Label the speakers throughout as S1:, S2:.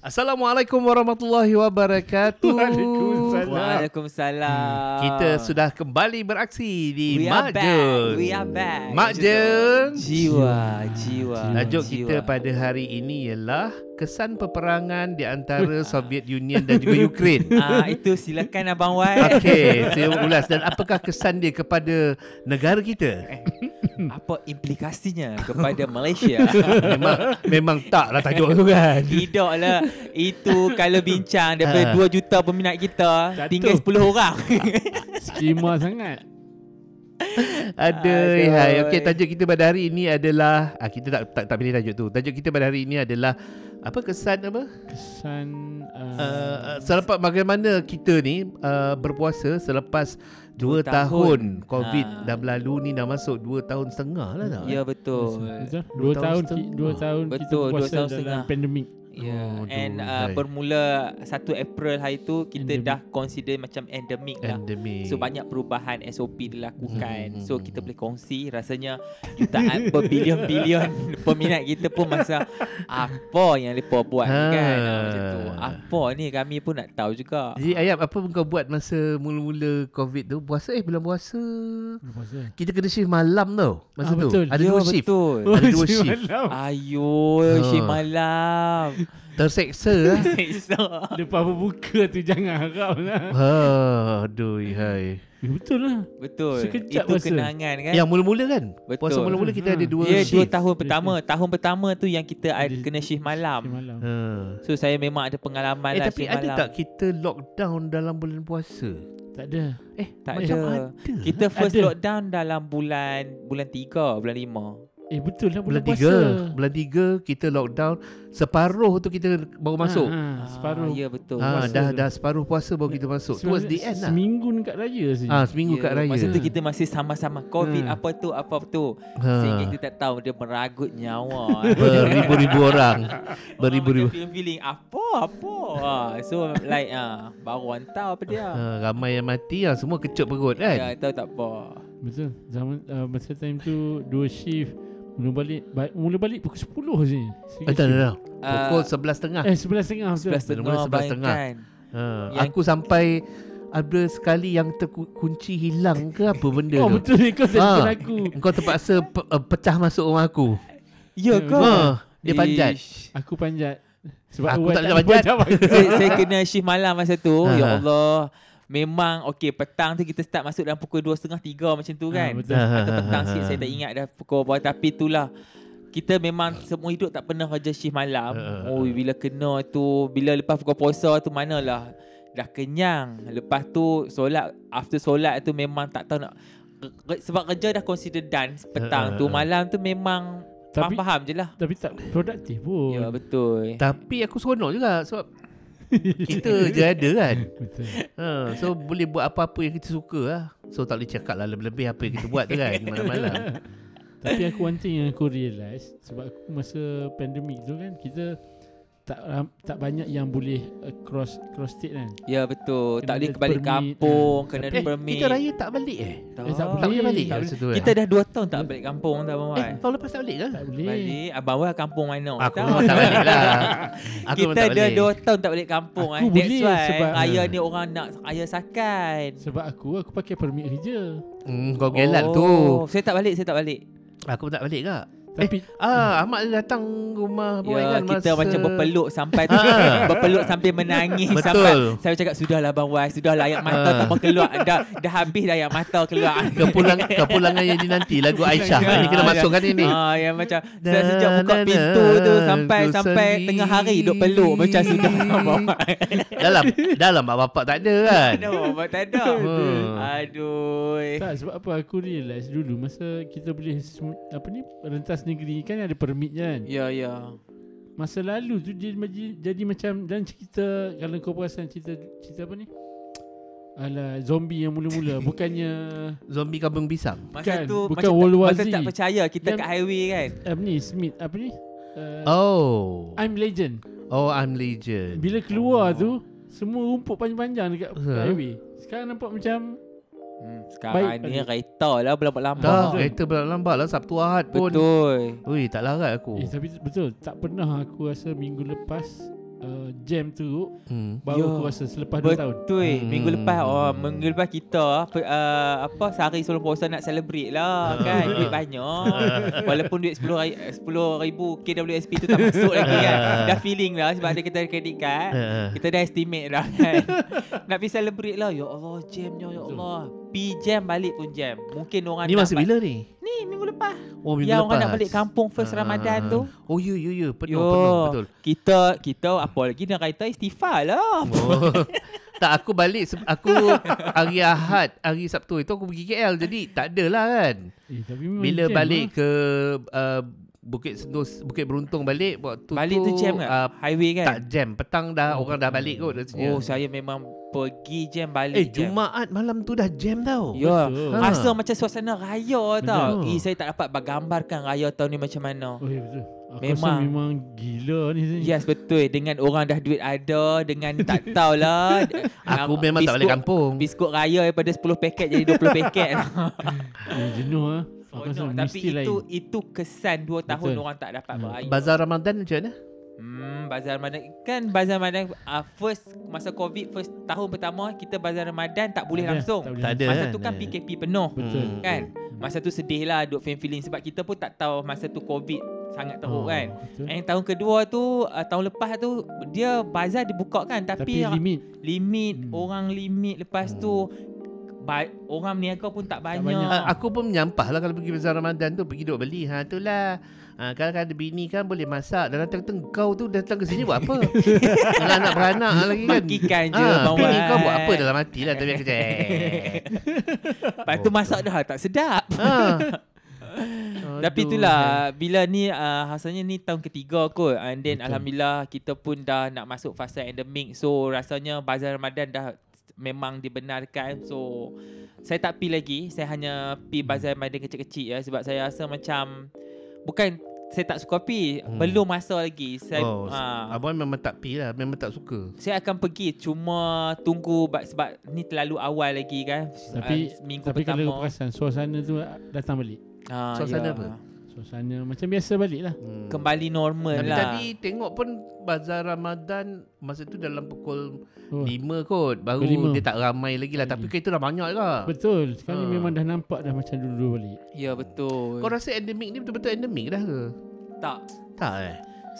S1: Assalamualaikum warahmatullahi wabarakatuh.
S2: Waalaikumsalam.
S3: Waalaikumsalam.
S1: Hmm, Kita sudah kembali beraksi di
S3: We are back.
S1: Makjun.
S3: We are back.
S1: Makjun.
S3: Jiwa, jiwa.
S1: Tajuk
S3: jiwa.
S1: kita pada hari ini ialah kesan peperangan di antara Soviet Union dan juga Ukraine.
S3: Ah itu silakan abang Wan.
S1: Okey, saya ulas dan apakah kesan dia kepada negara kita?
S3: Apa implikasinya kepada Malaysia?
S1: Memang memang taklah tajuk tu kan.
S3: Tidaklah Itu kalau bincang
S1: Ah.
S3: Daripada 2 juta peminat kita
S2: Satu.
S3: Tinggal 10 orang
S2: Skema sangat
S1: Aduh,
S3: Aduh.
S1: hai. ya. Okey, tajuk kita pada hari ini adalah ah, kita tak, tak tak pilih tajuk tu. Tajuk kita pada hari ini adalah apa kesan apa?
S2: Kesan uh,
S1: Uh, selepas bagaimana kita ni uh, berpuasa selepas 2 tahun,
S3: Dua tahun.
S1: COVID
S3: Ah.
S1: dah berlalu ni dah masuk 2 tahun setengah lah tau.
S3: Ya betul
S2: Betul?
S1: Dua
S2: Dua
S1: tahun
S2: tahun ki,
S1: setengah.
S2: Dua tahun kita
S3: Betul, dua
S2: puasa
S3: tahun
S2: dalam
S3: setengah.
S2: pandemik
S3: Yeah.
S1: Oh,
S3: And
S1: aduh,
S3: uh,
S1: hai.
S3: bermula 1 April hari tu Kita
S2: Endemic.
S3: dah consider macam endemic lah
S1: Pandemic.
S3: So banyak perubahan SOP dilakukan
S1: Hmm.
S3: So kita boleh kongsi Rasanya jutaan berbilion-bilion Peminat kita pun masa Apa yang mereka buat ni kan
S1: Ha. Ya,
S3: Ah, Macam tu Apa ni kami pun nak tahu juga
S1: Jadi Ayam apa kau buat masa mula-mula COVID tu? Puasa eh bulan puasa.
S2: Dua puasa
S1: Kita kena shift malam tau masa
S2: Ah,
S1: tu.
S2: betul.
S1: Ada
S3: Ya,
S1: dua shift.
S3: betul
S1: Ada dua
S2: Puasa
S1: shift.
S2: Oh, malam.
S3: Ayo
S1: Ha.
S3: shift malam
S1: Terseksa lah.
S3: Seksa
S2: Lepas berbuka tu jangan harap lah
S1: Ha, aduh hai.
S2: ya, Betul lah
S3: Betul
S2: Sekejap
S3: Itu
S2: masa.
S3: kenangan kan
S1: Yang mula-mula kan?
S3: Betul.
S1: Puasa mula-mula kita
S2: Ha.
S1: ada dua
S3: Ya dua
S1: shift.
S3: tahun pertama Tahun pertama tu yang kita ad-
S2: Dia-
S3: kena shift
S2: Shift
S3: malam
S2: malam
S1: Ha.
S3: So saya memang ada pengalaman
S1: Eh
S3: lah
S1: tapi
S3: shift
S1: ada
S3: malam.
S1: tak kita lockdown dalam bulan puasa?
S2: Tak ada
S1: Eh
S3: Tak
S1: macam
S3: ada.
S1: ada.
S3: Kita first
S2: Ada.
S3: lockdown dalam bulan bulan 3, bulan 5.
S2: Eh betul lah bulan,
S1: Bulan
S2: puasa
S1: tiga Bulan tiga Kita lockdown Separuh tu kita Baru masuk
S2: ha, ha, Separuh
S3: Ah, ya betul.
S1: ha,
S2: puasa
S1: Dah
S2: tu.
S1: dah separuh puasa Baru kita masuk Towards the
S2: Sebenarnya
S1: end lah
S2: Seminggu dekat raya saja
S1: ha, Seminggu kat raya Ah.
S3: Ya, Masa tu kita masih sama-sama Covid
S2: Ha.
S3: apa tu apa tu.
S1: Ha.
S3: Sehingga kita tak tahu dia meragut nyawa.
S1: Beribu-ribu orang
S3: Beribu-ribu.
S1: Beribu-ribu
S3: Feeling apa apa. ha, so like ah baru orang tahu apa dia.
S1: ha, Ramai yang mati ha, Semua kecut perut
S3: Ya,
S1: kan
S3: tahu tak apa.
S2: Betul Zaman uh, Masa time tu Dua shift Mula balik ba- Mula balik pukul 10 je
S1: Eh tak tak tak
S3: ya. Ah,
S1: Pukul sebelas tengah
S2: Eh sebelas setengah betul
S3: Sebelas
S1: Mula-mula
S3: tengah
S1: sebelas tengah.
S3: bayangkan.
S1: ha,
S3: yang-
S1: Aku sampai Ada sekali yang terkunci hilang ke apa benda
S2: Oh
S1: tu
S2: betul ni kau telefon
S1: Ah.
S2: aku
S1: Kau terpaksa pe- uh, pecah masuk rumah aku
S3: Ya ke?
S1: ha, Dia panjat
S3: Ish.
S2: Aku panjat Sebab
S1: Aku
S2: Wan
S1: tak boleh panjat.
S3: saya, saya kena shift malam masa tu.
S1: Ha.
S3: Ya Allah. Memang okey petang tu kita start masuk dalam pukul 2.30 3 macam tu kan.
S2: Ha, betul.
S1: Ah,
S3: Atau petang
S1: ha.
S3: sikit saya tak ingat dah pukul berapa tapi itulah kita memang semua hidup tak pernah kerja shift malam.
S1: Ha.
S3: Oh bila kena tu bila lepas buka puasa tu manalah dah kenyang. Lepas tu solat after solat tu memang tak tahu nak ke- sebab kerja dah consider dance petang
S1: Ha,
S3: tu
S1: ha, ha.
S3: malam tu memang
S2: Tapi-
S3: faham-faham je lah.
S2: Tapi tak produktif pun
S3: Ya betul.
S1: Eh, Tapi aku seronok juga sebab kita je ada kan.
S2: Betul
S1: Ha, so boleh buat apa-apa yang kita suka lah. So tak boleh cakap lah lebih-lebih apa yang kita buat tu kan malam-malam.
S2: Tapi aku one thing yang aku realise Sebab aku masa pandemik tu kan Kita tak ram- tak banyak yang boleh uh, cross cross state kan
S3: Ya betul. tak
S2: Kena
S3: boleh
S2: ada
S3: balik
S2: permit.
S3: kampung, kena ada
S1: Eh,
S3: permit.
S1: kita raya tak balik eh?
S3: tak,
S2: eh, tak
S1: Tak boleh
S2: Boleh.
S1: balik
S2: Tak
S1: masa tu eh?
S3: Kita dah 2 tahun tak balik kampung tak Abang
S1: eh,
S3: Wan.
S1: tahun lepas tak balik ke?
S2: Tak boleh
S3: Balik Abang Wan kampung mana?
S1: Aku
S3: Tak.
S1: memang tak balik lah. Aku memang
S3: kita
S1: tak
S3: dah
S1: balik.
S3: 2 tahun tak balik kampung
S2: Aku
S3: eh. That's
S2: boleh
S3: why
S2: sebab-
S3: raya ni orang nak raya sakan.
S2: Sebab aku aku pakai permit kerja
S1: Hmm, kau gelak tu.
S3: Oh, Saya tak balik, saya tak balik.
S1: Aku pun tak balik kak.
S2: Tapi
S1: Ah, Ahmad dia datang rumah Abang Wan
S3: Ya,
S1: kan
S3: kita
S1: masa-
S3: macam berpeluk sampai tu,
S1: Ha.
S3: berpeluk sampai menangis
S1: Betul.
S3: sampai saya cakap sudahlah Abang Wan, sudahlah air
S1: Ha.
S3: mata tak mau keluar dah dah habis dah air mata keluar.
S1: Kepulang, kepulangan yang di nanti lagu Aisyah. Ini kena masukkan ini.
S3: Ah, yang macam
S1: Na,
S3: saya sejak buka
S1: na,
S3: pintu
S1: na,
S3: tu sampai
S1: ku
S3: sampai
S1: sendiri.
S3: tengah hari duk peluk macam sudah bawa.
S1: dalam dalam mak bapak tak ada kan.
S3: Kenapa tak ada?
S1: Ha.
S3: Aduh.
S2: tak sebab apa aku realise dulu masa kita boleh semu- apa ni rentas negeri kan ada permit je kan
S3: Ya ya.
S2: Masa lalu tu dia jadi, jadi macam dan cerita kalau kau perasan cerita cerita apa ni? Alah zombie yang mula-mula bukannya
S1: Zombie kambing bisang.
S3: Masa
S2: Bukan,
S3: tu
S2: bukan
S3: macam,
S2: World War
S3: masa
S2: Z.
S3: tak percaya kita
S2: Yang-
S3: kat highway kan.
S2: apa ni Smith apa ni? Uh,
S1: Oh.
S2: I'm Legend.
S1: Oh, I'm legend.
S2: Bila keluar tu semua rumput panjang-panjang dekat
S1: Huh?
S2: highway. Sekarang nampak macam
S3: Hmm, sekarang
S2: Baik.
S3: ni kereta lah
S1: Tak,
S3: berlambat-lambat.
S1: kereta berlalu lambat lah Sabtu Ahad pun.
S3: Betul.
S1: Ui, tak larat aku.
S2: eh tapi betul tak pernah aku rasa minggu lepas uh, jam teruk
S1: Hmm.
S2: baru
S3: Ya.
S2: aku rasa selepas 2 tahun.
S3: Betul.
S1: Hmm.
S3: Minggu lepas oh minggu lepas kita apa, uh, apa sehari sebelum puasa nak celebrate
S1: Ah.
S3: lah kan. Duit banyak. Walaupun duit 10 ri- eh, 10,000 KWSP tu tak masuk lagi kan. Dah feeling lah sebab ada kita credit card.
S1: Ah.
S3: Kita dah estimate dah kan. nak pergi celebrate lah. Ya Allah jamnya ya Allah. Pi jam balik pun jam. Mungkin orang
S1: Ni
S3: nak
S1: masa
S3: ba-
S1: bila ni?
S3: Ni minggu lepas.
S1: Oh, minggu
S3: eh.
S1: lepas.
S3: yang orang nak balik kampung first Ramadan tu.
S1: Oh, ya, ya, ya. Penuh,
S3: Yo,
S1: penuh. Betul.
S3: Kita kita apa lagi nak kata istighfar lah.
S1: Oh. tak aku balik se- aku hari Ahad, hari Sabtu itu aku pergi KL. Jadi tak adalah kan.
S2: Eh, tapi
S3: Hmm,
S2: memang
S1: Bila
S2: jam
S1: balik ke uh, Bukit Sendos, Bukit Beruntung balik waktu
S3: Balik tu jam kan?
S1: ah,
S3: Highway kan?
S1: tak jam. Petang dah orang dah balik kot rasanya.
S3: Oh, saya memang pergi jam balik
S1: eh,
S3: jam.
S1: Jumaat malam tu dah jam tau.
S3: Ya,
S1: Ha.
S2: Betul.
S3: rasa macam suasana raya tau.
S1: Betul.
S3: Eh, saya tak dapat gambarkan raya tahun ni macam mana.
S2: Oh, ya betul. Aku memang.
S3: Memang.
S2: rasa memang gila ni. Zain.
S1: Ya.
S3: Yes, betul. Dengan orang dah duit ada, dengan tak tahulah.
S1: Aku memang tak balik kampung.
S3: Biskut raya daripada 10 paket jadi 20 paket.
S2: Eh, jenuh ah. Aku rasa
S3: Seronok. Oh, Tapi
S2: mesti lain.
S3: itu itu kesan 2 tahun
S2: Betul.
S3: orang tak dapat
S2: Hmm.
S3: beraya.
S1: Bazar Ramadan macam mana?
S3: Hmm, bazar Ramadan kan bazar Ramadan uh, first masa Covid first tahun pertama kita bazar Ramadan tak boleh
S2: Tak ada,
S3: langsung.
S2: tak boleh
S1: Tak ada
S3: Masa
S1: kan?
S3: tu kan PKP penuh.
S2: Betul.
S1: Hmm.
S3: Kan? Masa tu sedih lah duk fan feeling sebab kita pun tak tahu masa tu Covid sangat teruk
S1: Ah.
S2: Oh,
S3: kan.
S2: betul.
S3: Yang tahun kedua tu uh, tahun lepas tu dia bazar dibuka kan
S2: Tapi
S3: tapi,
S2: limit
S3: limit
S2: Hmm.
S3: orang limit lepas
S1: Hmm.
S3: tu ba- orang berniaga pun tak banyak.
S2: banyak.
S1: Ah, aku pun menyampah lah kalau pergi bazar Ramadan tu pergi duk beli. Ha tu lah. Ha, kalau ada bini kan boleh masak. Dan datang-datang kau tu datang ke sini buat apa? Dengan anak beranak lagi kan.
S3: Makikan je
S1: Ah,
S3: bawang.
S1: bini kau buat apa dalam hati lah tapi aku cakap.
S3: Lepas tu masak dah tak sedap.
S1: Ha.
S3: Tapi itulah bila ni uh, rasanya ni tahun ketiga kot and then Betul. alhamdulillah kita pun dah nak masuk fasa endemik so rasanya bazar Ramadan dah memang dibenarkan so saya tak pi lagi saya hanya pi bazar Ramadan kecil-kecil ya sebab saya rasa macam bukan saya tak suka pi
S1: Hmm.
S3: hmm. belum masa lagi saya
S1: Oh,
S3: oh,
S1: Abang memang tak pi lah Memang tak suka
S3: saya akan pergi cuma tunggu ba- sebab ni terlalu awal lagi kan
S2: tapi
S3: Ah, minggu
S2: tapi kalau
S3: pertama
S2: kau perasan suasana tu ah, datang balik.
S3: Ah,
S1: Suasana
S3: ya.
S1: apa?
S2: Suasana macam biasa balik lah.
S1: hmm.
S3: kembali normal
S1: Tapi
S3: lah
S1: tadi tengok pun Bazar Ramadan Masa tu dalam pukul
S2: Oh.
S1: 5 kot Baru
S2: Pukul lima. Hmm.
S1: dia tak ramai lagi lah Tapi kereta dah banyak lah
S2: Betul. Sekarang
S1: Ah.
S2: ni memang dah nampak dah macam dulu balik.
S3: ya betul
S1: Kau rasa endemik ni betul-betul endemik dah ke?
S3: tak
S1: Tak eh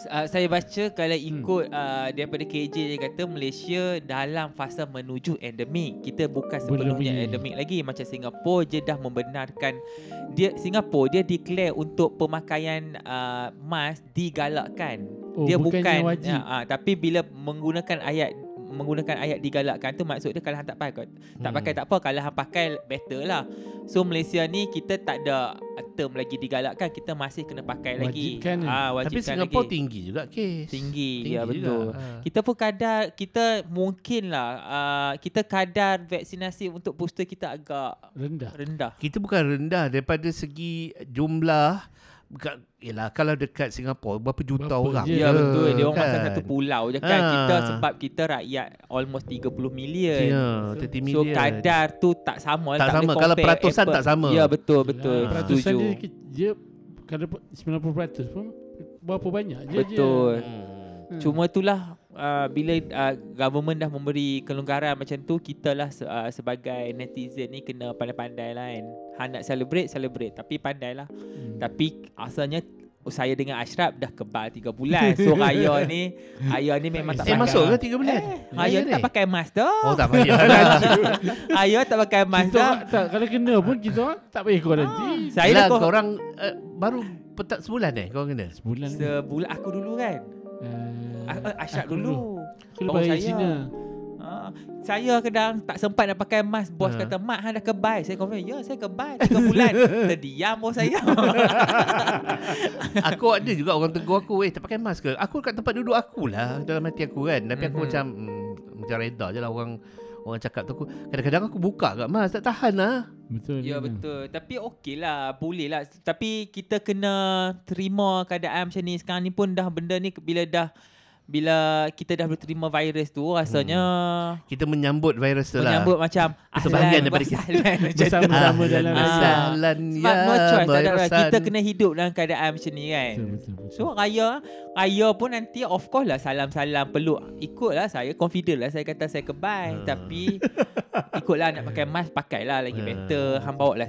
S3: Uh, saya baca kalau ikut hmm. uh, daripada KJ dia kata Malaysia dalam fasa menuju endemik. Kita bukan
S2: Belum
S3: sebelumnya
S2: lagi.
S3: endemik lagi macam Singapura je dah membenarkan dia Singapura dia declare untuk pemakaian uh, mask digalakkan.
S2: Oh,
S3: dia
S2: bukannya
S3: bukan
S2: wajib.
S3: Uh, uh, tapi bila menggunakan ayat menggunakan ayat digalakkan tu maksud dia kalau hang tak pakai tak
S1: Hmm.
S3: pakai tak apa kalau hang pakai better lah. So Malaysia ni kita tak ada term lagi digalakkan kita masih kena pakai lagi.
S2: Wajibkan eh.
S3: Ah
S1: Tapi
S3: wajibkan
S1: Singapura
S3: lagi
S1: tinggi juga kes
S3: tinggi, tinggi ya
S1: Tinggi
S3: betul.
S1: juga. Ah.
S3: Kita pun kadar kita mungkin lah uh, kita kadar vaksinasi untuk booster kita agak
S2: Rendah.
S3: rendah.
S1: Kita bukan rendah daripada segi jumlah Bukan- Yelah kalau dekat Singapura Berapa juta orang
S2: Berapa je.
S3: Ya yeah,
S2: Ya,
S3: betul dia orang kan. satu pulau je kan
S1: Ah.
S3: kita sebab kita rakyat almost 30
S1: Ya
S3: million.
S1: yeah, 30
S3: So
S1: million
S3: kadar tu tak sama
S1: Tak
S3: lah,
S1: sama.
S3: boleh
S1: Kalau
S3: compare
S1: peratusan
S3: apple.
S1: tak sama.
S3: Ya betul betul.
S2: Yelah, Lah, Peratusan
S3: Setuju.
S2: dia, ke- dia kalau pe- 90% pun berapa banyak je
S3: Betul.
S2: dia.
S1: Hmm.
S2: Hmm.
S3: Cuma itulah uh, bila uh, government dah memberi kelonggaran macam tu kita lah se- uh, sebagai netizen ni kena pandai-pandai lah kan. Han nak celebrate, celebrate. Tapi pandai lah.
S2: Hmm.
S3: Tapi asalnya saya dengan Ashraf dah kebal 3 bulan. So Raya ni, Raya ni memang tak
S1: Eh
S3: pakai.
S1: masuk ke 3 bulan? Eh,
S3: Raya ni Ah, tak pakai Lah, mask dah.
S1: Oh tak pakai Nanti
S3: Raya tak pakai mask
S2: Kita
S3: dah.
S2: orang tak, kalau kena pun kita orang tak payah kau nanti.
S3: Saya dah
S1: kau
S3: kau
S1: orang uh, Lah, Baru petak sebulan eh Kau kena
S2: Sebulan ni.
S3: sebulan aku dulu kan.
S2: Uh,
S3: A- Ashraf dulu.
S2: Aku
S3: Baru
S2: lepas dari
S3: saya.
S2: China.
S3: Ah, saya kadang tak sempat nak pakai mask Bos
S1: Ha.
S3: kata Mak hang dah kebal Saya confirm Ya saya kebal 3 bulan Terdiam bos saya
S1: Aku ada juga orang tegur aku Eh tak pakai mask ke Aku kat tempat duduk aku lah Dalam hati aku kan Tapi aku
S3: Mhm.
S1: macam mm, Macam reda je lah orang Orang cakap tu aku Kadang-kadang aku buka kat mask Tak tahan lah
S2: Betul.
S3: Ya
S2: Lina.
S3: betul Tapi okey lah Boleh lah Tapi kita kena Terima keadaan macam ni Sekarang ni pun dah Benda ni Bila dah bila kita dah berterima virus tu rasanya
S1: Kita menyambut virus tu
S3: hmm.
S1: Hmm. lah.
S3: menyambut macam
S1: Sebahagian daripada kita.
S3: kita.
S2: Bersama-sama
S1: Ah,
S2: dalam
S3: ah.
S2: rasa.
S1: Alan
S3: Sebab
S1: ya
S3: no choice tak ada orang.
S1: virusan.
S3: Kita kena hidup dalam keadaan macam ni kan
S2: Betul, betul, betul.
S3: So raya Raya pun nanti Of course lah Salam-salam peluk Ikutlah saya Confident lah Saya kata saya kebal
S1: Ha.
S3: Tapi Ikutlah nak pakai mask Pakailah lagi
S1: Ha.
S3: better Hang bawa lah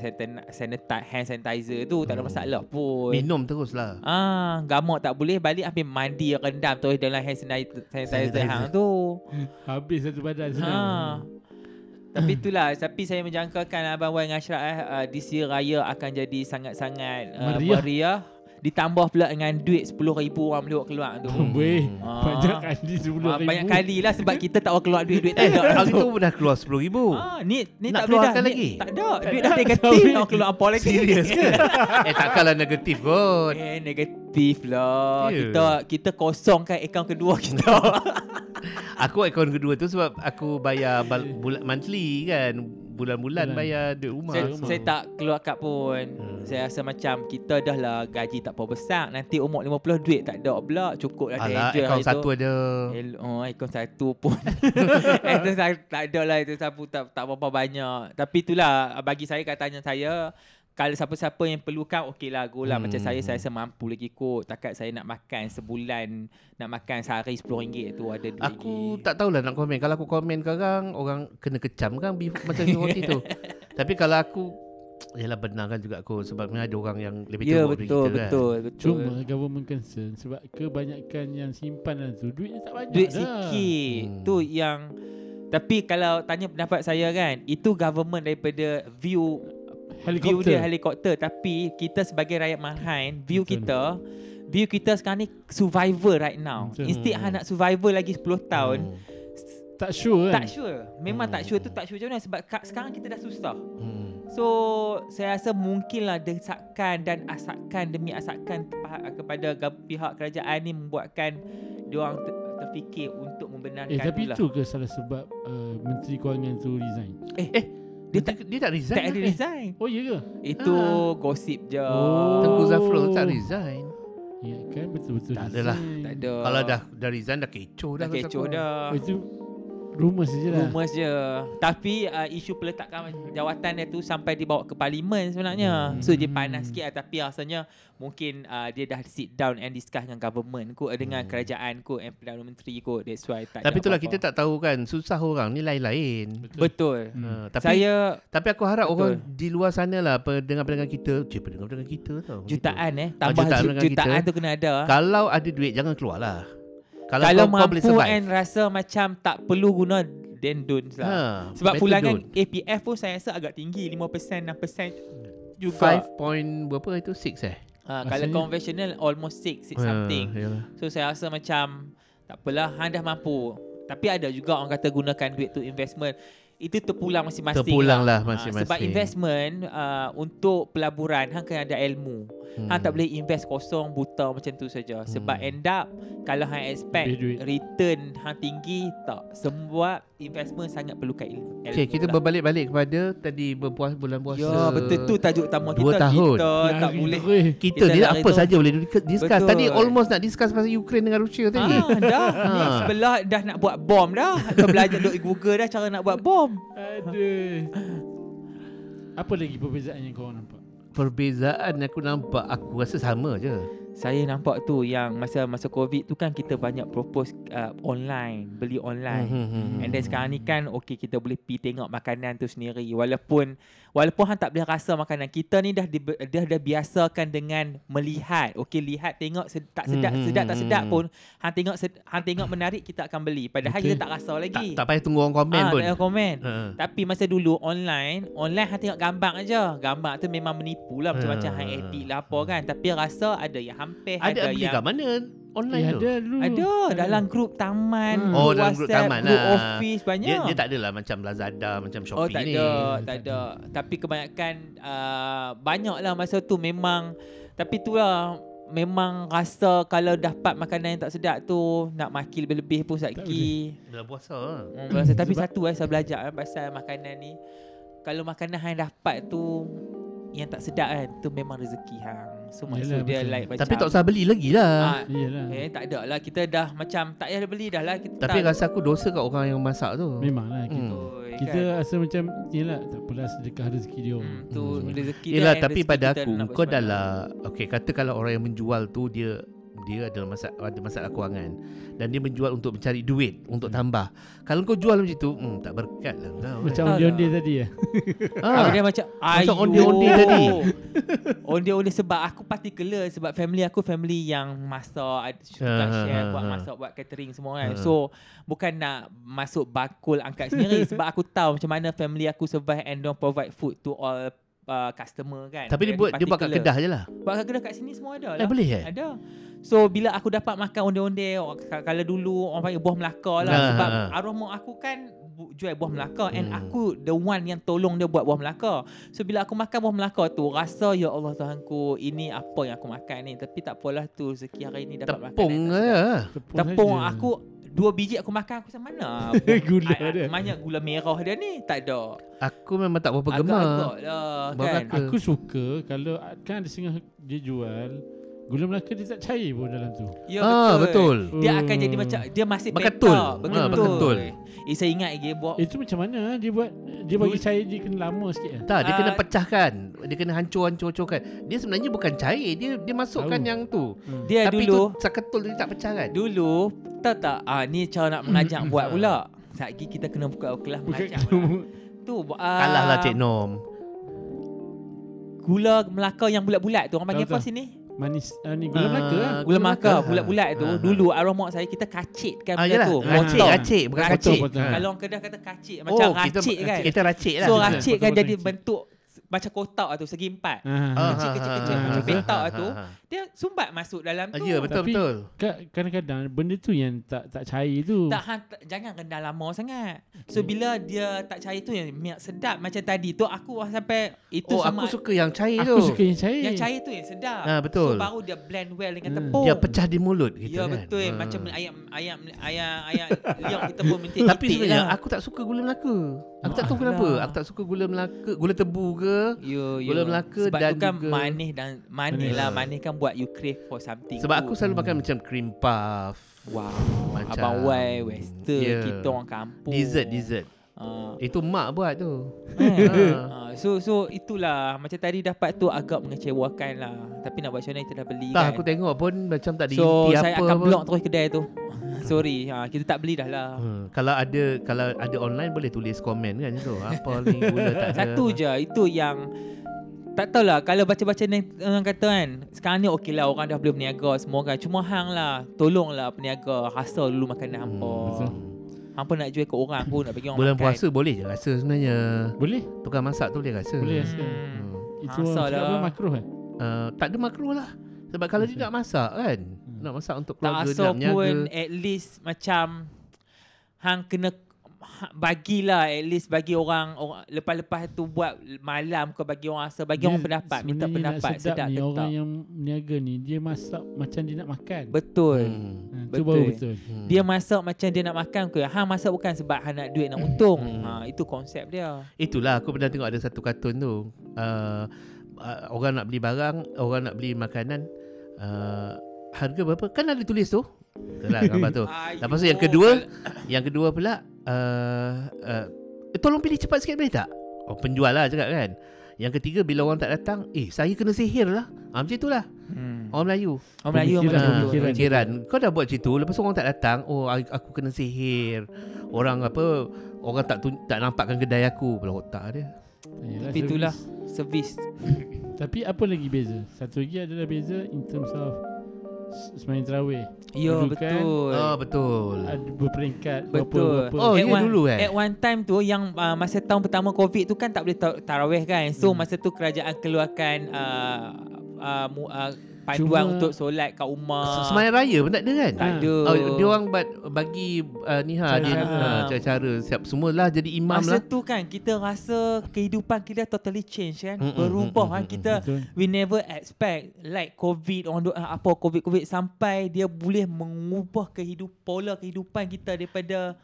S3: sanitize, Hand sanitizer tu Tak ada
S1: Oh.
S3: masalah pun
S1: Minum terus lah.
S3: Ah, gamok tak boleh balik habis mandi rendam terus dalam hand sanitizer, sanitizer
S1: Sanitizer.
S3: hang tu.
S2: Habis satu badan senang.
S3: Ha. Tapi itulah tapi saya menjangkakan abang Wan dengan Ashraf eh, uh, this year raya akan jadi sangat-sangat uh,
S2: Meriah.
S3: meriah. meriah. Ditambah pula dengan duit RM10,000 orang meluk keluar tu.
S2: Hmm. Weh,
S3: Ah.
S2: banyak kali sepuluh
S3: Ah,
S2: ribu.
S3: banyak kali lah sebab kita tak orang keluar duit-duit
S1: Eh,
S3: tak ada.
S1: hari tu dah keluar RM10,000.
S3: Ah, ni ni
S1: Nak
S3: tak boleh dah.
S1: keluarkan
S3: Ni-
S1: lagi?
S3: tak ada. duit dah negatif
S2: Sorry.
S3: nak keluar apa lagi.
S1: Serius ke? eh, takkanlah negatif kot.
S3: Eh negatif lah.
S1: Ya.
S3: Kita kita kosongkan akaun kedua kita.
S1: Aku akaun kedua tu sebab aku bayar bal- bulan monthly kan. Bulan-bulan
S2: Bulan.
S1: bayar duit rumah.
S3: Saya,
S2: rumah.
S3: saya tak keluar kad pun. Hmm. Saya rasa macam kita dah lah gaji tak apa besar. Nanti umur 50 duit tak ada pula. Cukup lah
S1: Alah,
S3: enjoy
S1: akaun
S3: hari tu.
S1: satu aja.
S3: El- Oh, ikon satu pun. itu sa- tak ada lah itu sapu tak, tak berapa banyak. Tapi itulah bagi saya katanya saya kalau siapa-siapa yang perlukan okey lah go lah hmm. macam
S1: Hmm.
S3: saya saya rasa mampu lagi kot takat saya nak makan sebulan nak makan sehari RM10 tu ada duit
S1: Aku
S3: lagi.
S1: tak tahulah nak komen. Kalau aku komen sekarang, orang kena kecam kan beef- macam roti tu. Tapi kalau aku, yalah benarkan juga aku sebab memang ada orang yang lebih
S3: ya
S1: teruk dari kita
S3: betul
S1: kan.
S3: betul betul
S2: Cuma government concern sebab kebanyakan yang simpan dalam tu duit dia tak banyak
S3: Duit
S2: dah.
S3: sikit
S1: Hmm.
S3: hmm. Tu yang Tapi kalau tanya pendapat saya kan Itu government daripada view View dia
S2: Helikopter.
S3: helikopter Tapi kita sebagai rakyat Mahan View
S2: Betul.
S3: kita View kita sekarang ni survivor right now
S2: Betul. Hmm.
S3: Instead hang nak survivor lagi 10 tahun
S2: Tak sure kan.
S3: Tak sure Memang tak sure tu tak sure macam mana Sebab ka- sekarang kita dah susah
S1: Hmm. Hmm.
S3: So saya rasa mungkinlah desakan dan asakan demi asakan tepa- kepada ga- pihak kerajaan ni membuatkan diorang ter- terfikir untuk membenarkan
S2: Eh tapi
S3: lah.
S2: itu ke salah sebab uh, Menteri Kewangan tu resign?
S1: Dia tak dia tak resign.
S3: tak ada
S1: lah.
S3: resign.
S2: Oh iya ke?
S3: Itu
S1: Ah.
S3: gosip je.
S2: Oh.
S1: Tengku Zafrul tak resign.
S2: Ya kan betul-betul
S1: Tak adalah.
S2: resign.
S3: Tak ada.
S1: Kalau dah dah resign dah kecoh dah.
S3: dah
S1: rasa
S3: kecoh
S1: aku.
S3: dah.
S2: Oh, itu rumours je lah.
S3: Rumours je. Tapi uh, isu peletakan jawatan dia tu sampai dibawa ke parlimen sebenarnya. Hmm.
S2: Hmm.
S3: So dia panas sikit lah. tapi rasanya mungkin uh, dia dah sit down and discuss dengan government kot eh, dengan
S1: Hmm.
S3: kerajaan kot and Perdana Menteri kot. That's why tak
S1: Tapi
S3: ada
S1: itulah
S3: apa-apa.
S1: kita tak tahu kan susah orang ni lain-lain.
S3: Betul.
S2: Hmm.
S1: Ha, tapi
S3: Tapi saya
S1: tapi aku harap
S3: Betul.
S1: orang di luar sana lah pendengar-pendengar kita, cik pendengar-pendengar kita tau.
S3: jutaan eh
S1: Ah, jutaan
S3: tambah jutaan,
S1: dengan
S3: jutaan
S1: kita.
S3: tu kena ada.
S1: Gitu. Kalau ada duit jangan keluar lah. Kalau,
S3: Kalau
S1: kau, kau boleh
S3: mampu
S1: survive.
S3: and rasa macam tak perlu guna then don't lah.
S1: ha,
S3: Sebab
S1: better
S3: pulangan
S1: don't.
S3: APF pun saya rasa agak tinggi 5% 6% juga.
S1: Five point berapa itu? Six eh?
S3: Ha, kalau
S2: Rasanya-
S3: conventional almost 6 6 something.
S1: Ha, yalah.
S3: So saya rasa macam tak apalah hang dah mampu. Tapi ada juga orang kata gunakan duit tu investment. Itu terpulang masing-masing.
S1: Terpulang lah
S3: Ah,
S1: masing-masing.
S3: sebab investment uh, untuk pelaburan hang kena ada ilmu.
S1: Hmm.
S3: Hmm. Hang tak boleh invest kosong buta macam tu saja. Sebab
S1: Hmm.
S3: end up kalau hang expect
S2: Lebih duit.
S3: return hang tinggi tak. Sebab investment sangat perlukan il- ilmu.
S1: Okay, kita
S3: lah.
S1: berbalik-balik kepada tadi berpuas bulan puasa.
S3: Ya betul tu tajuk utama
S1: Dua
S3: kita
S1: tahun.
S3: kita Oh, tak
S2: Lari
S3: boleh
S2: terus.
S1: Kita,
S3: Kita
S1: ni
S3: lari
S1: apa
S3: tu.
S1: saja boleh di- discuss.
S3: Betul.
S1: Tadi almost nak discuss pasal Ukraine dengan Rusia tadi.
S3: Ah, dah. Ni
S1: Ah.
S3: sebelah dah nak buat bom dah. Kau belajar duk Google dah cara nak buat bom.
S2: Aduh. Apa lagi perbezaan yang korang nampak?
S1: Perbezaan aku nampak Aku rasa sama je
S3: Saya nampak tu yang masa masa COVID tu kan kita banyak propose uh, online, beli online.
S1: hmm.
S3: Kan? And then sekarang ni kan okey kita boleh pi tengok makanan tu sendiri walaupun walaupun hang tak boleh rasa makanan kita ni dah di, dah dah biasakan dengan melihat okey lihat tengok sed, tak sedap
S1: Hmm, hmm,
S3: sedap tak
S1: hmm,
S3: sedap
S1: hmm.
S3: pun hang tengok sed, hang tengok menarik kita akan beli padahal
S2: Betul.
S3: kita tak rasa
S1: tak,
S3: lagi
S1: tak payah tunggu orang komen pun
S3: Ah, tak payah komen
S1: ha.
S3: Tapi masa dulu online Online hang tengok gambar aja Gambar tu memang menipu lah Macam-macam
S1: Ah.
S3: hang edit lah apa kan Tapi rasa ada yang hampir
S1: Ada
S3: Ada,
S1: beli
S3: yang
S1: kat mana Online
S2: Eh,
S1: tu
S2: ada dulu.
S3: Ada dalam grup taman
S2: Hmm.
S1: Hmm. Oh,
S3: grup
S1: dalam grup
S3: WhatsApp,
S1: taman
S3: Grup
S1: lah.
S3: office banyak
S1: dia, dia tak adalah macam Lazada Macam Shopee
S3: Oh tak
S1: ni
S3: ada,
S2: ni.
S3: tak ada. Tapi kebanyakan uh, banyak lah masa tu memang tapi itulah memang rasa kalau dapat makanan yang tak sedap tu nak maki lebih-lebih pun satki.
S1: Dalam puasa lah.
S3: Hmm, berasa. Tapi
S2: Sebab-
S3: satu eh saya belajar eh, pasal makanan ni. Kalau makanan hang dapat tu yang tak sedap kan tu eh, memang rezeki hang. So
S2: Yelah,
S3: maksud dia
S2: betul.
S3: like macam
S1: Tapi tak usah beli lagi lah.
S3: ah,
S2: Yelah.
S3: Eh tak ada lah Kita dah macam Tak payah beli dah lah kita
S1: Tapi
S3: tak, eh,
S1: rasa aku dosa kat orang yang masak tu.
S2: Memanglah kita,
S1: Hmm.
S3: Betul,
S2: kita rasa macam Yelah tak apalah sedekah rezeki dia
S3: kan? Hmm,
S2: orang
S3: tu
S1: Hmm.
S3: rezeki dia
S1: Yelah
S3: and
S1: tapi
S3: rezeki
S1: pada
S3: kita
S1: aku
S3: nak buat
S1: kau lah.
S3: sembahyang.
S1: dalam okey kata kalau orang yang menjual tu dia dia adalah masalah ada masalah kewangan dan dia menjual untuk mencari duit untuk
S2: Hmm.
S1: tambah. Kalau kau jual macam tu, hmm tak berkat lah kau.
S2: Macam
S3: Tak
S2: undi-undi
S3: lah.
S2: tadi ya
S3: Ah.
S1: ha.
S3: Dia macam
S1: Macam
S3: Macam
S1: ondeh-ondeh tadi.
S3: Ondeh-ondeh sebab aku particular Sebab family aku family yang masak ad- Suka
S1: Ah, ah,
S3: share buat
S1: ah.
S3: masak Buat catering semua kan
S1: Ah.
S3: So bukan nak masuk bakul angkat sendiri Sebab aku tahu macam mana family aku survive And don't provide food to all uh, customer kan
S1: Tapi dia buat dia buat kat
S3: particular.
S1: kedah je lah.
S3: Buat kat kedah kat sini semua ada
S1: Eh
S3: lah
S1: boleh eh?
S3: ada. So bila aku dapat makan ondeh-ondeh or- k- kalau dulu orang panggil buah Melaka lah
S1: Ah,
S3: sebab
S1: ah, ah.
S3: arwah mak aku kan bu- jual buah Melaka and
S1: Hmm.
S3: aku the one yang tolong dia buat buah Melaka. So bila aku makan buah Melaka tu rasa ya Allah Tuhanku ini apa yang aku makan ni tapi tak apalah tu rezeki hari ni dapat
S1: Tepung eh.
S3: makan.
S1: je.
S2: Tepung,
S3: Tepung
S2: saja.
S3: aku dua biji aku makan aku macam mana? Ah,
S2: Gula
S3: ah,
S2: dia.
S3: Banyak gula merah dia ni. Tak ada.
S1: Aku memang tak berapa gemar.
S3: Agak-agak lah
S1: Buah
S3: kan.
S1: Melaka.
S2: Aku suka Kalau kan ada setengah Dia jual Gula Melaka dia tak cair pun dalam tu
S3: Ya
S1: Ah betul.
S3: Dia akan jadi
S2: Hmm.
S3: macam Dia masih
S1: Berketul.
S3: petak
S1: Ah, berketul.
S3: Eh saya ingat lagi Buat
S2: Oh. Itu macam mana eh? Dia buat Dia bagi cair Dia kena lama sikit lah
S1: Tak, dia kena
S3: Ah.
S1: pecahkan. Dia kena hancur-hancur-hancurkan. Dia sebenarnya bukan cair, dia dia masukkan
S2: Tahu.
S1: yang tu.
S2: Hmm.
S1: Tapi
S3: Dia Ya, dulu
S1: tu Hmm, seketul dia tak pecah kan?
S3: Dulu Tahu tak ah, Ni cara nak mengajak buat pula Satgi kita kena buka kelas
S2: Bukan
S3: Mengajak pula. Tu ah,
S1: Kalah lah Cik Nom.
S3: Gula Melaka yang bulat-bulat tu Orang panggil
S2: Tahu,
S3: apa
S2: tahu.
S3: sini?
S2: Manis ah, ni Gula
S1: Ah,
S2: Melaka lah
S3: Gula Melaka
S1: Melaka.
S3: Bulat-bulat tu
S1: Ah, ah.
S3: Dulu arwah mak saya Kita kacitkan
S1: Ah,
S3: benda
S1: yelah.
S3: tu
S1: Racik,
S3: Potong.
S1: racik. Bukan
S3: Racik.
S1: kacik.
S2: Potong, potong.
S1: Ah.
S3: Kalau orang kedah kata kacik Macam racik
S1: Oh, kita,
S3: kan
S1: Kita racik lah.
S3: So
S2: Kita-
S3: racik kan
S2: potong-potong
S3: jadi
S2: racik.
S3: bentuk Macam kotak tu Segi empat
S2: Ah,
S1: Ah,
S3: kecil,
S1: ah, ah,
S3: kecil, kecil,
S1: ah,
S2: kecil.
S1: ah,
S3: Petak
S1: ah,
S3: tu.
S1: ah, ah.
S3: Dia sumbat masuk dalam tu
S1: Ya betul
S2: Tapi-
S1: betul.
S2: Ka- Kadang-kadang Benda tu yang Tak tak cair tu
S3: tak hang, tak- jangan rendam lama sangat. So bila dia tak cair tu yang milk sedap macam tadi tu aku wah sampai itu
S1: Oh
S3: sama
S1: aku suka yang cair tu.
S2: Aku suka yang cair
S3: yang cair tu yang sedap.
S1: Ah, betul.
S3: So baru dia blend well dengan
S2: Hmm.
S3: tepung.
S1: Dia pecah di mulut kita
S3: Ya
S1: kan.
S3: betul
S1: Ah.
S3: macam ayam ayam ayam ayam liang kita pun minta
S1: Tapi sebenarnya
S3: lah.
S1: aku tak suka gula Melaka. Aku tak tahu
S3: Alah.
S1: kenapa. Aku tak suka gula Melaka, gula tebu ke.
S3: Yo, yo.
S1: Gula Melaka
S3: Sebab
S1: dan
S3: tu kan
S1: juga-
S3: manis dan manis
S1: Manis.
S3: lah Manis kan buat you crave for something
S1: Sebab
S3: good.
S1: aku selalu makan macam cream puff.
S3: Wow
S1: Macam-
S3: Abang Y Western
S1: Ya.
S3: Kita orang kampung
S1: Dessert, dessert.
S3: Ah.
S1: Itu mak buat tu.
S3: Ah, so so itulah macam tadi dapat tu agak mengecewakan lah. Tapi nak buat macam mana kita dah beli
S1: Tak
S3: kan.
S1: aku tengok pun macam tak ada
S3: so
S1: inti
S3: saya
S1: apa
S3: akan
S1: pun.
S3: block terus kedai tu. Sorry, ha, kita tak beli dah lah.
S1: Hmm, kalau ada kalau ada online boleh tulis komen kan tu. Apa ni gula tak ada.
S3: Satu je itu yang tak tahulah kalau baca-baca ni orang kata kan sekarang ni okey lah orang dah boleh berniaga semua kan cuma hang lah tolonglah peniaga rasa dulu makanan hampa
S1: Hmm.
S3: hampa nak jual ke orang pun nak bagi orang
S1: Bulan
S3: makan
S1: puasa boleh je rasa sebenarnya.
S2: Boleh
S1: Tukang masak tu boleh rasa.
S2: Boleh rasa
S3: hmm.
S1: Hmm.
S2: Itu
S3: Asal
S2: orang cakap
S3: lah.
S2: apa makruh kan
S1: Uh, tak ada makro lah. Sebab kalau dia nak masak kan. Nak masak untuk
S3: Hmm. Tak
S1: keluarga, Hmm.
S3: asal
S1: nak meniaga.
S3: pun eh, at least macam hang kena ha- bagilah at least bagi orang, orang lepas-lepas tu buat malam ke bagi orang rasa bagi
S2: Dia
S3: orang pendapat minta
S2: sebenarnya nak
S3: pendapat sedap,
S2: ni
S3: ke
S2: Orang
S3: tak
S2: yang Niaga ni Dia masak Macam dia nak makan
S3: betul
S1: Hmm.
S2: Itu baru
S3: Betul.
S2: betul Ha,
S1: Hmm.
S3: dia masak macam dia nak makan ke hang masak bukan sebab hang nak duit nak untung
S1: Hmm.
S3: ha itu konsep dia
S1: Itulah aku pernah tengok ada satu kartun tu. Uh, uh, orang nak beli barang, orang nak beli makanan. Uh, harga berapa? Kan ada tulis tu. Itulah gambar tu.
S3: Ayuh,
S1: Lepas tu yang kedua,
S3: Oh,
S1: yang kedua pula uh, uh, eh, tolong pilih cepat sikit boleh tak? Oh, penjual lah cakap kan. Yang ketiga bila orang tak datang, eh saya kena sihir lah. Ha, macam itulah
S3: hmm.
S1: orang Melayu.
S3: orang Melayu
S2: Pemikiran,
S3: macam tu
S2: pemikiran.
S1: Pemikiran. Kau dah buat situ lepas tu orang tak datang, oh I- aku kena sihir. Orang apa orang tak tun- tak nampakkan kedai aku pula otak dia.
S2: Yalah,
S3: Tapi
S2: service.
S3: itulah. servis
S2: Tapi apa lagi beza Satu lagi adalah beza In terms of s- Semayang terawih
S3: ya
S2: Dulu kan,
S3: betul
S1: Ah betul.
S2: Ada berperingkat
S3: Betul.
S2: berapa, berapa.
S1: Oh,
S3: at
S1: ya
S3: one,
S1: dulu, eh?
S3: At one time tu yang uh, masa tahun pertama COVID tu kan tak boleh ta- tarawih kan. So hmm. masa tu kerajaan keluarkan uh, uh, mu- uh, panduan
S2: Cuma-
S3: untuk solat kat
S1: Se-
S3: rumah.
S1: Semayang raya pun tak ada kan?
S3: tak
S2: Ah.
S3: ada.
S1: Oh, dia orang ba- bagi uh, ni ha dia
S2: Cara-cara.
S1: ha, cara-cara siap semualah jadi imam
S3: Ah. masa
S1: lah.
S3: tu kan kita rasa kehidupan kita totally change kan.
S1: Mm-mm,
S3: Berubah
S1: mm-mm,
S3: kan kita
S2: Betul.
S3: we never expect like COVID orang duk, apa COVID COVID sampai dia boleh mengubah kehidupan pola kehidupan kita daripada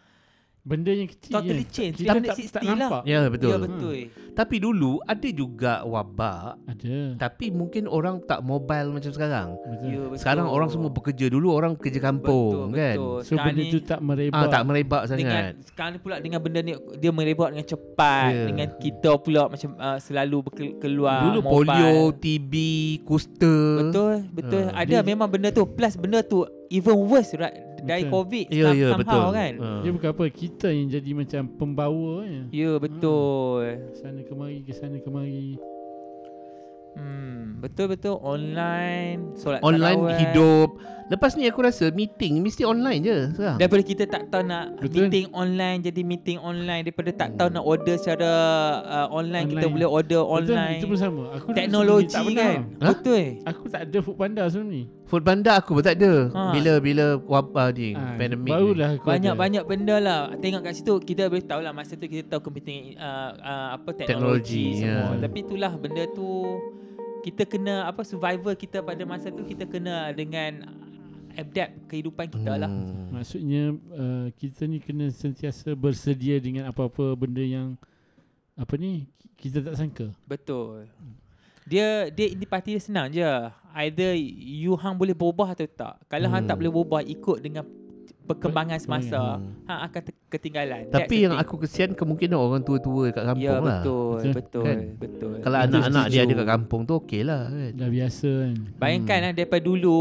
S2: Benda yang kecil
S3: Totally
S2: kan.
S3: change.
S2: Kita tak,
S3: 360
S2: tak
S3: lah.
S2: nampak
S1: Ya betul.
S3: Ya
S1: Yeah,
S3: betul. Hmm.
S1: Tapi dulu ada juga wabak
S2: Ada
S1: tapi mungkin orang tak mobile macam sekarang.
S3: Ya,
S2: Betul yeah.
S3: betul.
S1: Hmm. Sekarang orang semua bekerja dulu orang kerja kampung
S3: betul,
S1: kan.
S3: Betul.
S2: So benda tu tak merebak
S1: Ah tak merebak
S3: dengan
S1: sangat.
S3: sekarang ni pula dengan benda ni dia merebak dengan cepat
S1: Ya.
S3: yeah. dengan kita pula macam uh, selalu berkel- keluar
S1: Dulu
S3: mobile.
S1: polio, TB, kusta.
S3: betul betul
S1: Ah.
S3: ada
S2: Dia-
S3: memang benda tu plus benda tu even worse right, dari
S2: Betul.
S3: covid
S1: Ya
S3: some-
S1: ya betul.
S3: somehow kan ya
S1: Ah.
S2: Dia bukan apa Kita yang jadi macam pembawa kan
S3: betul
S2: Sana kemari ke sana kemari
S3: hmm betul betul online solat
S1: Online
S3: tarawih.
S1: hidup. Lepas ni aku rasa meeting mesti online je sekarang.
S3: daripada kita tak tahu nak
S2: Betul.
S3: Betul. meeting online jadi meeting online daripada tak
S1: Hmm.
S3: tahu nak order secara uh, online, kita
S2: Online.
S3: boleh order
S2: Betul,
S3: online
S2: Itu pun sama Aku dulu
S3: teknologi
S2: sebelum ni tak
S3: kan
S2: pernah.
S1: Hah?
S3: betul
S2: Aku tak ada food panda sebelum ni
S1: Food bandar aku pun tak ada.
S3: Ha. lah.
S1: Bila bila wabak ni
S2: Ah,
S1: pandemik. ni.
S2: Barulah aku ada.
S3: Banyak-banyak benda lah Tengok kat situ Kita boleh tahu lah Masa tu kita tahu Computing uh, uh, apa Teknologi,
S1: Teknologi,
S3: semua
S1: ya.
S3: Tapi itulah benda tu Kita kena Apa Survival kita pada masa tu Kita kena dengan Adapt kehidupan kita lah
S1: Hmm.
S2: Maksudnya uh, kita ni kena sentiasa bersedia dengan apa-apa benda yang apa ni ki- kita tak sangka.
S3: Betul Dia Dia ini parti dia senang je Either You hang boleh berubah atau tak Kalau hang
S1: Hmm.
S3: tak boleh berubah Ikut dengan Perkembangan semasa
S1: Hmm.
S3: Hang akan te- ketinggalan That's the
S1: Tapi yang
S3: thing.
S1: aku kesian kemungkinan orang tua-tua kat kampung
S3: Ya
S1: lah.
S3: betul
S2: Betul.
S3: Betul
S1: Kan?
S3: Betul
S1: Kalau
S2: Betul,
S1: anak-anak dia ada
S2: setuju.
S1: kat kampung tu okey lah kan.
S2: Dah biasa kan.
S3: Bayangkan hmm. lah daripada dulu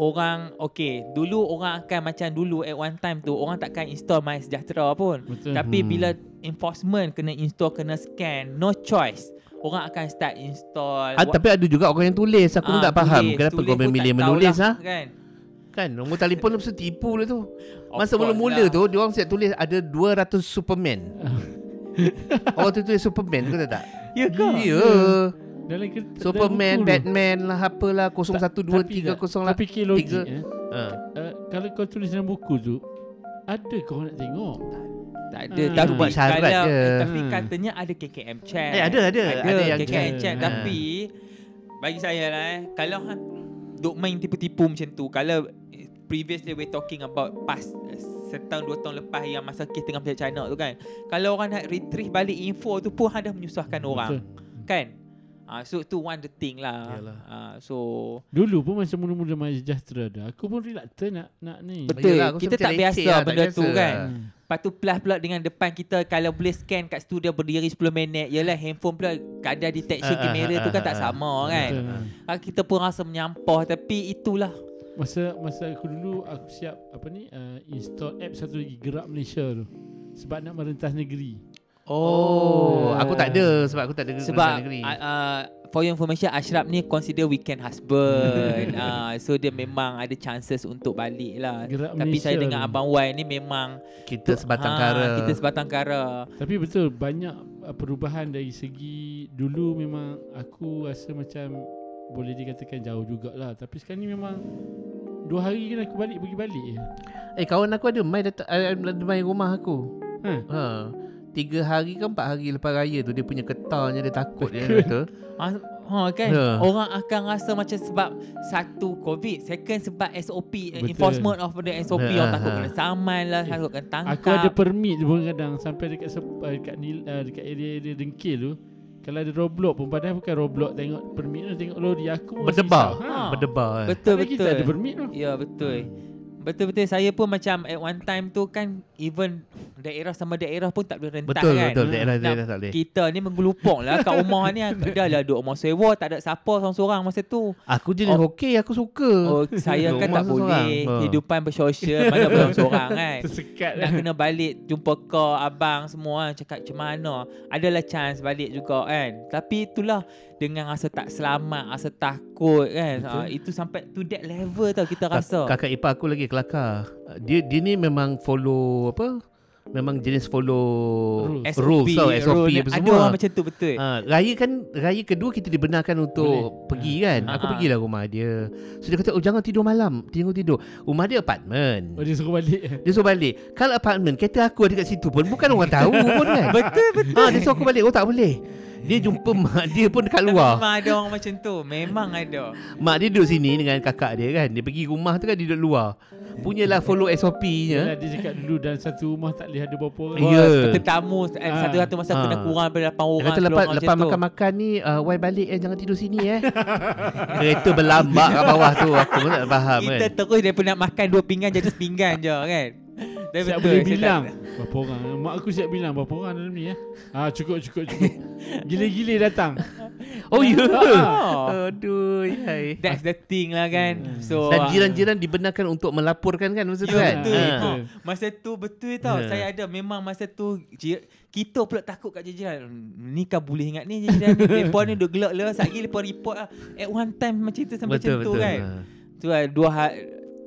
S3: orang okay dulu orang akan macam dulu at one time tu orang takkan install My Sejahtera pun.
S2: Betul.
S3: Tapi
S1: Hmm.
S3: bila enforcement kena install kena scan no choice orang akan start install.
S1: Ah,
S3: Wa-
S1: tapi ada juga orang yang tulis Aku pun
S3: ah,
S1: tak faham
S3: tulis.
S1: Kenapa
S3: Tulis
S1: kau
S3: pun
S1: memilih
S3: tak
S1: menulis
S3: tahulah,
S1: ha?
S3: Kan?
S1: Kan nombor telefon tu mesti tipu lah tu
S3: Of
S1: Masa
S3: course
S1: mula-mula
S3: lah.
S1: tu Dia orang siap tulis ada 200 Superman Orang tu tulis Superman kau tahu tak?
S3: Ya ke?
S1: Ya
S2: Dalam kereta, dalam
S1: Superman,
S2: buku tu.
S1: Batman lah apalah
S2: Tapi
S1: 0123
S2: tak- Tapi
S1: 08
S2: fikir logik
S1: tiga. lah.
S2: eh.
S1: ha.
S2: Uh, kalau kau tulis dalam buku tu ada kau nak tengok.
S3: Tak ada
S2: Ah.
S3: Tapi
S1: Hmm. Buat syarat
S3: kalau,
S1: je.
S3: eh, Tapi
S2: Hmm.
S3: katanya ada KKM check
S1: Eh, ada, ada. Ada yang
S3: KKM
S2: check.
S3: check
S1: Ah.
S3: Tapi Bagi saya lah eh Kalau hang Duk main tipu-tipu macam tu Kalau eh, Previously we talking about Past eh, Setahun dua tahun lepas Yang masa kes tengah macam China tu kan Kalau orang nak retrieve balik info tu pun Hang dah menyusahkan orang Kan Ah, So tu one the thing lah
S1: Yalah.
S3: Ah, So
S2: Dulu pun masa mula-mula MySejahtera dah aku pun reluctant nak nak ni.
S3: Betul.
S1: Yelah, aku rasa
S3: Kita
S1: macam
S3: tak
S1: leceh
S3: biasa
S1: lah, tak
S3: benda tu,
S1: biasa
S3: kan?
S1: lah.
S2: Hmm.
S3: Lepas tu plus pula dengan depan kita Kalau boleh scan kat studio berdiri 10 minit Yelah handphone pula kadar detection
S1: Ah, ah,
S3: kamera tu
S1: ah,
S3: kan
S1: ah,
S3: tak
S1: ah.
S3: sama kan
S2: Betul.
S3: Ah, Kita pun rasa menyampah Tapi itulah
S2: Masa masa aku dulu aku siap apa ni uh, install app satu lagi Gerak Malaysia tu. Sebab nak merentas negeri.
S1: Oh Aku tak ada Sebab aku tak ada
S3: Sebab
S1: negeri.
S3: uh, uh, For your information Ashraf ni consider weekend husband uh, So dia memang ada chances untuk balik lah
S2: Gerak
S3: Tapi
S2: Malaysia
S3: saya dengan
S2: tu.
S3: Abang Wan ni memang
S1: Kita sebatang
S3: Ah,
S1: kara
S3: Kita sebatang kara
S2: Tapi betul banyak uh, perubahan dari segi dulu memang aku rasa macam boleh dikatakan jauh jugalah tapi sekarang ni memang dua hari kan aku balik pergi balik je.
S1: Eh kawan aku ada main datang ada main rumah aku.
S2: Ha.
S1: Ha. Tiga hari ke empat hari lepas raya tu dia punya ketarnya dia takut dia kata.
S3: Ah, Ha kan
S1: Ya.
S3: Orang akan rasa macam sebab Satu COVID Second sebab SOP eh,
S2: Betul.
S3: Enforcement of the SOP
S1: Ya,
S3: Orang
S1: ha,
S3: takut
S1: ha.
S3: kena saman lah Takut kena tangkap
S2: Aku ada permit pun kadang sampai dekat sep- uh, dekat ni uh, dekat area-area Dengkil tu kalau ada roblox pun padahal bukan roblox tengok permit tu tengok lori aku pun rasa
S1: Berdebar.
S2: risau.
S3: Ha.
S1: Berdebar. eh.
S3: Betul
S2: Tapi kita
S3: betul
S2: ada permit tu.
S3: Ya betul Betul-betul saya pun macam At one time tu kan Even daerah sama daerah pun tak boleh rentas
S1: Betul
S3: kan
S1: betul daerah
S3: Nak-
S1: daerah tak boleh.
S3: Kita ni menggelupong lah kat rumah ni Dah lah duduk rumah sewa Tak ada siapa seorang-seorang masa tu
S1: Aku jenis
S3: Oh.
S1: hoki aku suka.
S3: Oh saya kan
S1: Rumah
S3: tak
S1: seorang.
S3: boleh
S1: Ha.
S3: Kehidupan bersosial Mana belum seorang kan
S2: Tersekat
S3: Nak
S2: lah.
S3: kena balik jumpa kau, abang semua kan cakap macam mana. Adalah chance balik juga kan. Tapi itulah dengan rasa tak selamat, rasa takut kan.
S2: Betul.
S3: Uh, itu sampai to that level tau kita
S1: Kak-
S3: rasa.
S1: Kakak ipar aku lagi kelakar. Dia dia ni memang follow apa? Memang jenis follow
S2: Rules.
S1: rules tau SOP
S3: rule.
S1: apa
S3: Ada
S1: semua.
S3: orang macam tu betul. Uh,
S1: Ha, raya kan Raya kedua kita dibenarkan untuk
S2: Boleh.
S1: Pergi kan
S3: Ha.
S1: Aku
S3: Ha.
S1: pergilah rumah dia So dia kata Oh jangan tidur malam Jangan tidur Rumah dia apartment
S2: Oh, dia suruh balik.
S3: Ya.
S1: Dia suruh balik Kalau apartment Kereta aku ada kat situ pun Bukan orang tahu pun kan
S3: betul betul.
S1: ha, Dia suruh aku balik Oh tak boleh Dia jumpa mak dia pun dekat luar.
S3: Memang ada orang macam tu. Memang ada.
S1: Mak dia duduk sini dengan kakak dia kan. Dia pergi rumah tu kan dia duduk luar. Punyalah follow
S2: Yalah,
S1: SOP-nya.
S2: dia cakap dulu dalam satu rumah tak boleh ada berapa orang.
S1: Ya.
S3: Yeah. Tetamu eh,
S2: Ah.
S3: satu-satu masa aku
S1: Ah.
S3: kena kurang daripada 8
S1: Dia
S3: orang.
S1: kata
S3: keluar
S1: lepas,
S3: orang
S1: lepas
S3: macam tu.
S1: makan-makan ni uh, Why balik eh Jangan tidur sini eh Kereta berlambak kat bawah tu Aku pun tak faham
S3: Kita
S1: kan
S3: terus daripada nak makan dua pinggan jadi sepinggan je kan. Dah betul,
S2: Siap boleh
S3: saya tak-
S2: bilang Berapa orang Mak aku siap bilang Berapa orang dalam ni eh ah, Cukup cukup cukup Gila-gila datang
S1: Oh ya
S3: Ah.
S1: Aduh yai.
S3: That's the thing lah kan. So
S1: Hmm. Dan jiran-jiran dibenarkan untuk melaporkan kan masa tu
S3: Ya
S1: kan.
S3: betul.
S1: Ha.
S3: Ha. Masa tu betul tau.
S1: Ha.
S3: Saya ada memang masa tu ji- kita pula takut kat jiran. Hmm, Ni kan boleh ingat ni jiran ni telefon ni duk gelak lah. Satgi lepas report lah. At one time macam tu sampai
S1: Betul
S3: macam tu
S1: betul.
S3: kan.
S1: Ha.
S3: Tu lah dua hal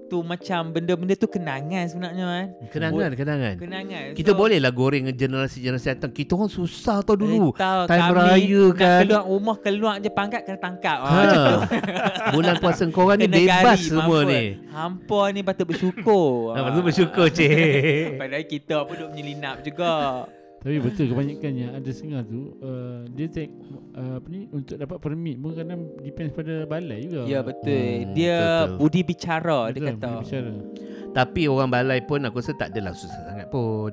S3: tu macam benda-benda tu kenangan sebenarnya kan.
S1: Kenangan kenangan.
S3: Kenangan.
S1: Kita bolehlah goreng generasi-generasi datang. Kita orang susah tau dulu.
S3: Eh, tahu,
S1: Time
S3: kami
S1: raya
S3: nak
S1: kan.
S3: keluar rumah keluar je pangkat kena tangkap. Ah, macam tu.
S1: Ha. Bulan puasa korang ni
S3: Kena
S1: bebas
S3: gari,
S1: semua
S3: mampus.
S1: ni.
S3: Hampa ni patut bersyukur.
S1: Ha, patut bersyukur, cik.
S3: Padahal kita pun duk menyelinap juga.
S2: Tapi betul kebanyakannya Ada sengah tu uh, Dia take uh, Apa ni Untuk dapat permit pun Kadang depends pada balai juga
S3: Ya betul.
S1: Hmm,
S3: dia
S1: betul-betul.
S3: budi bicara dia
S2: Betul,
S3: kata.
S2: boleh bicara.
S1: Tapi orang balai pun aku rasa tak adalah susah sangat pun.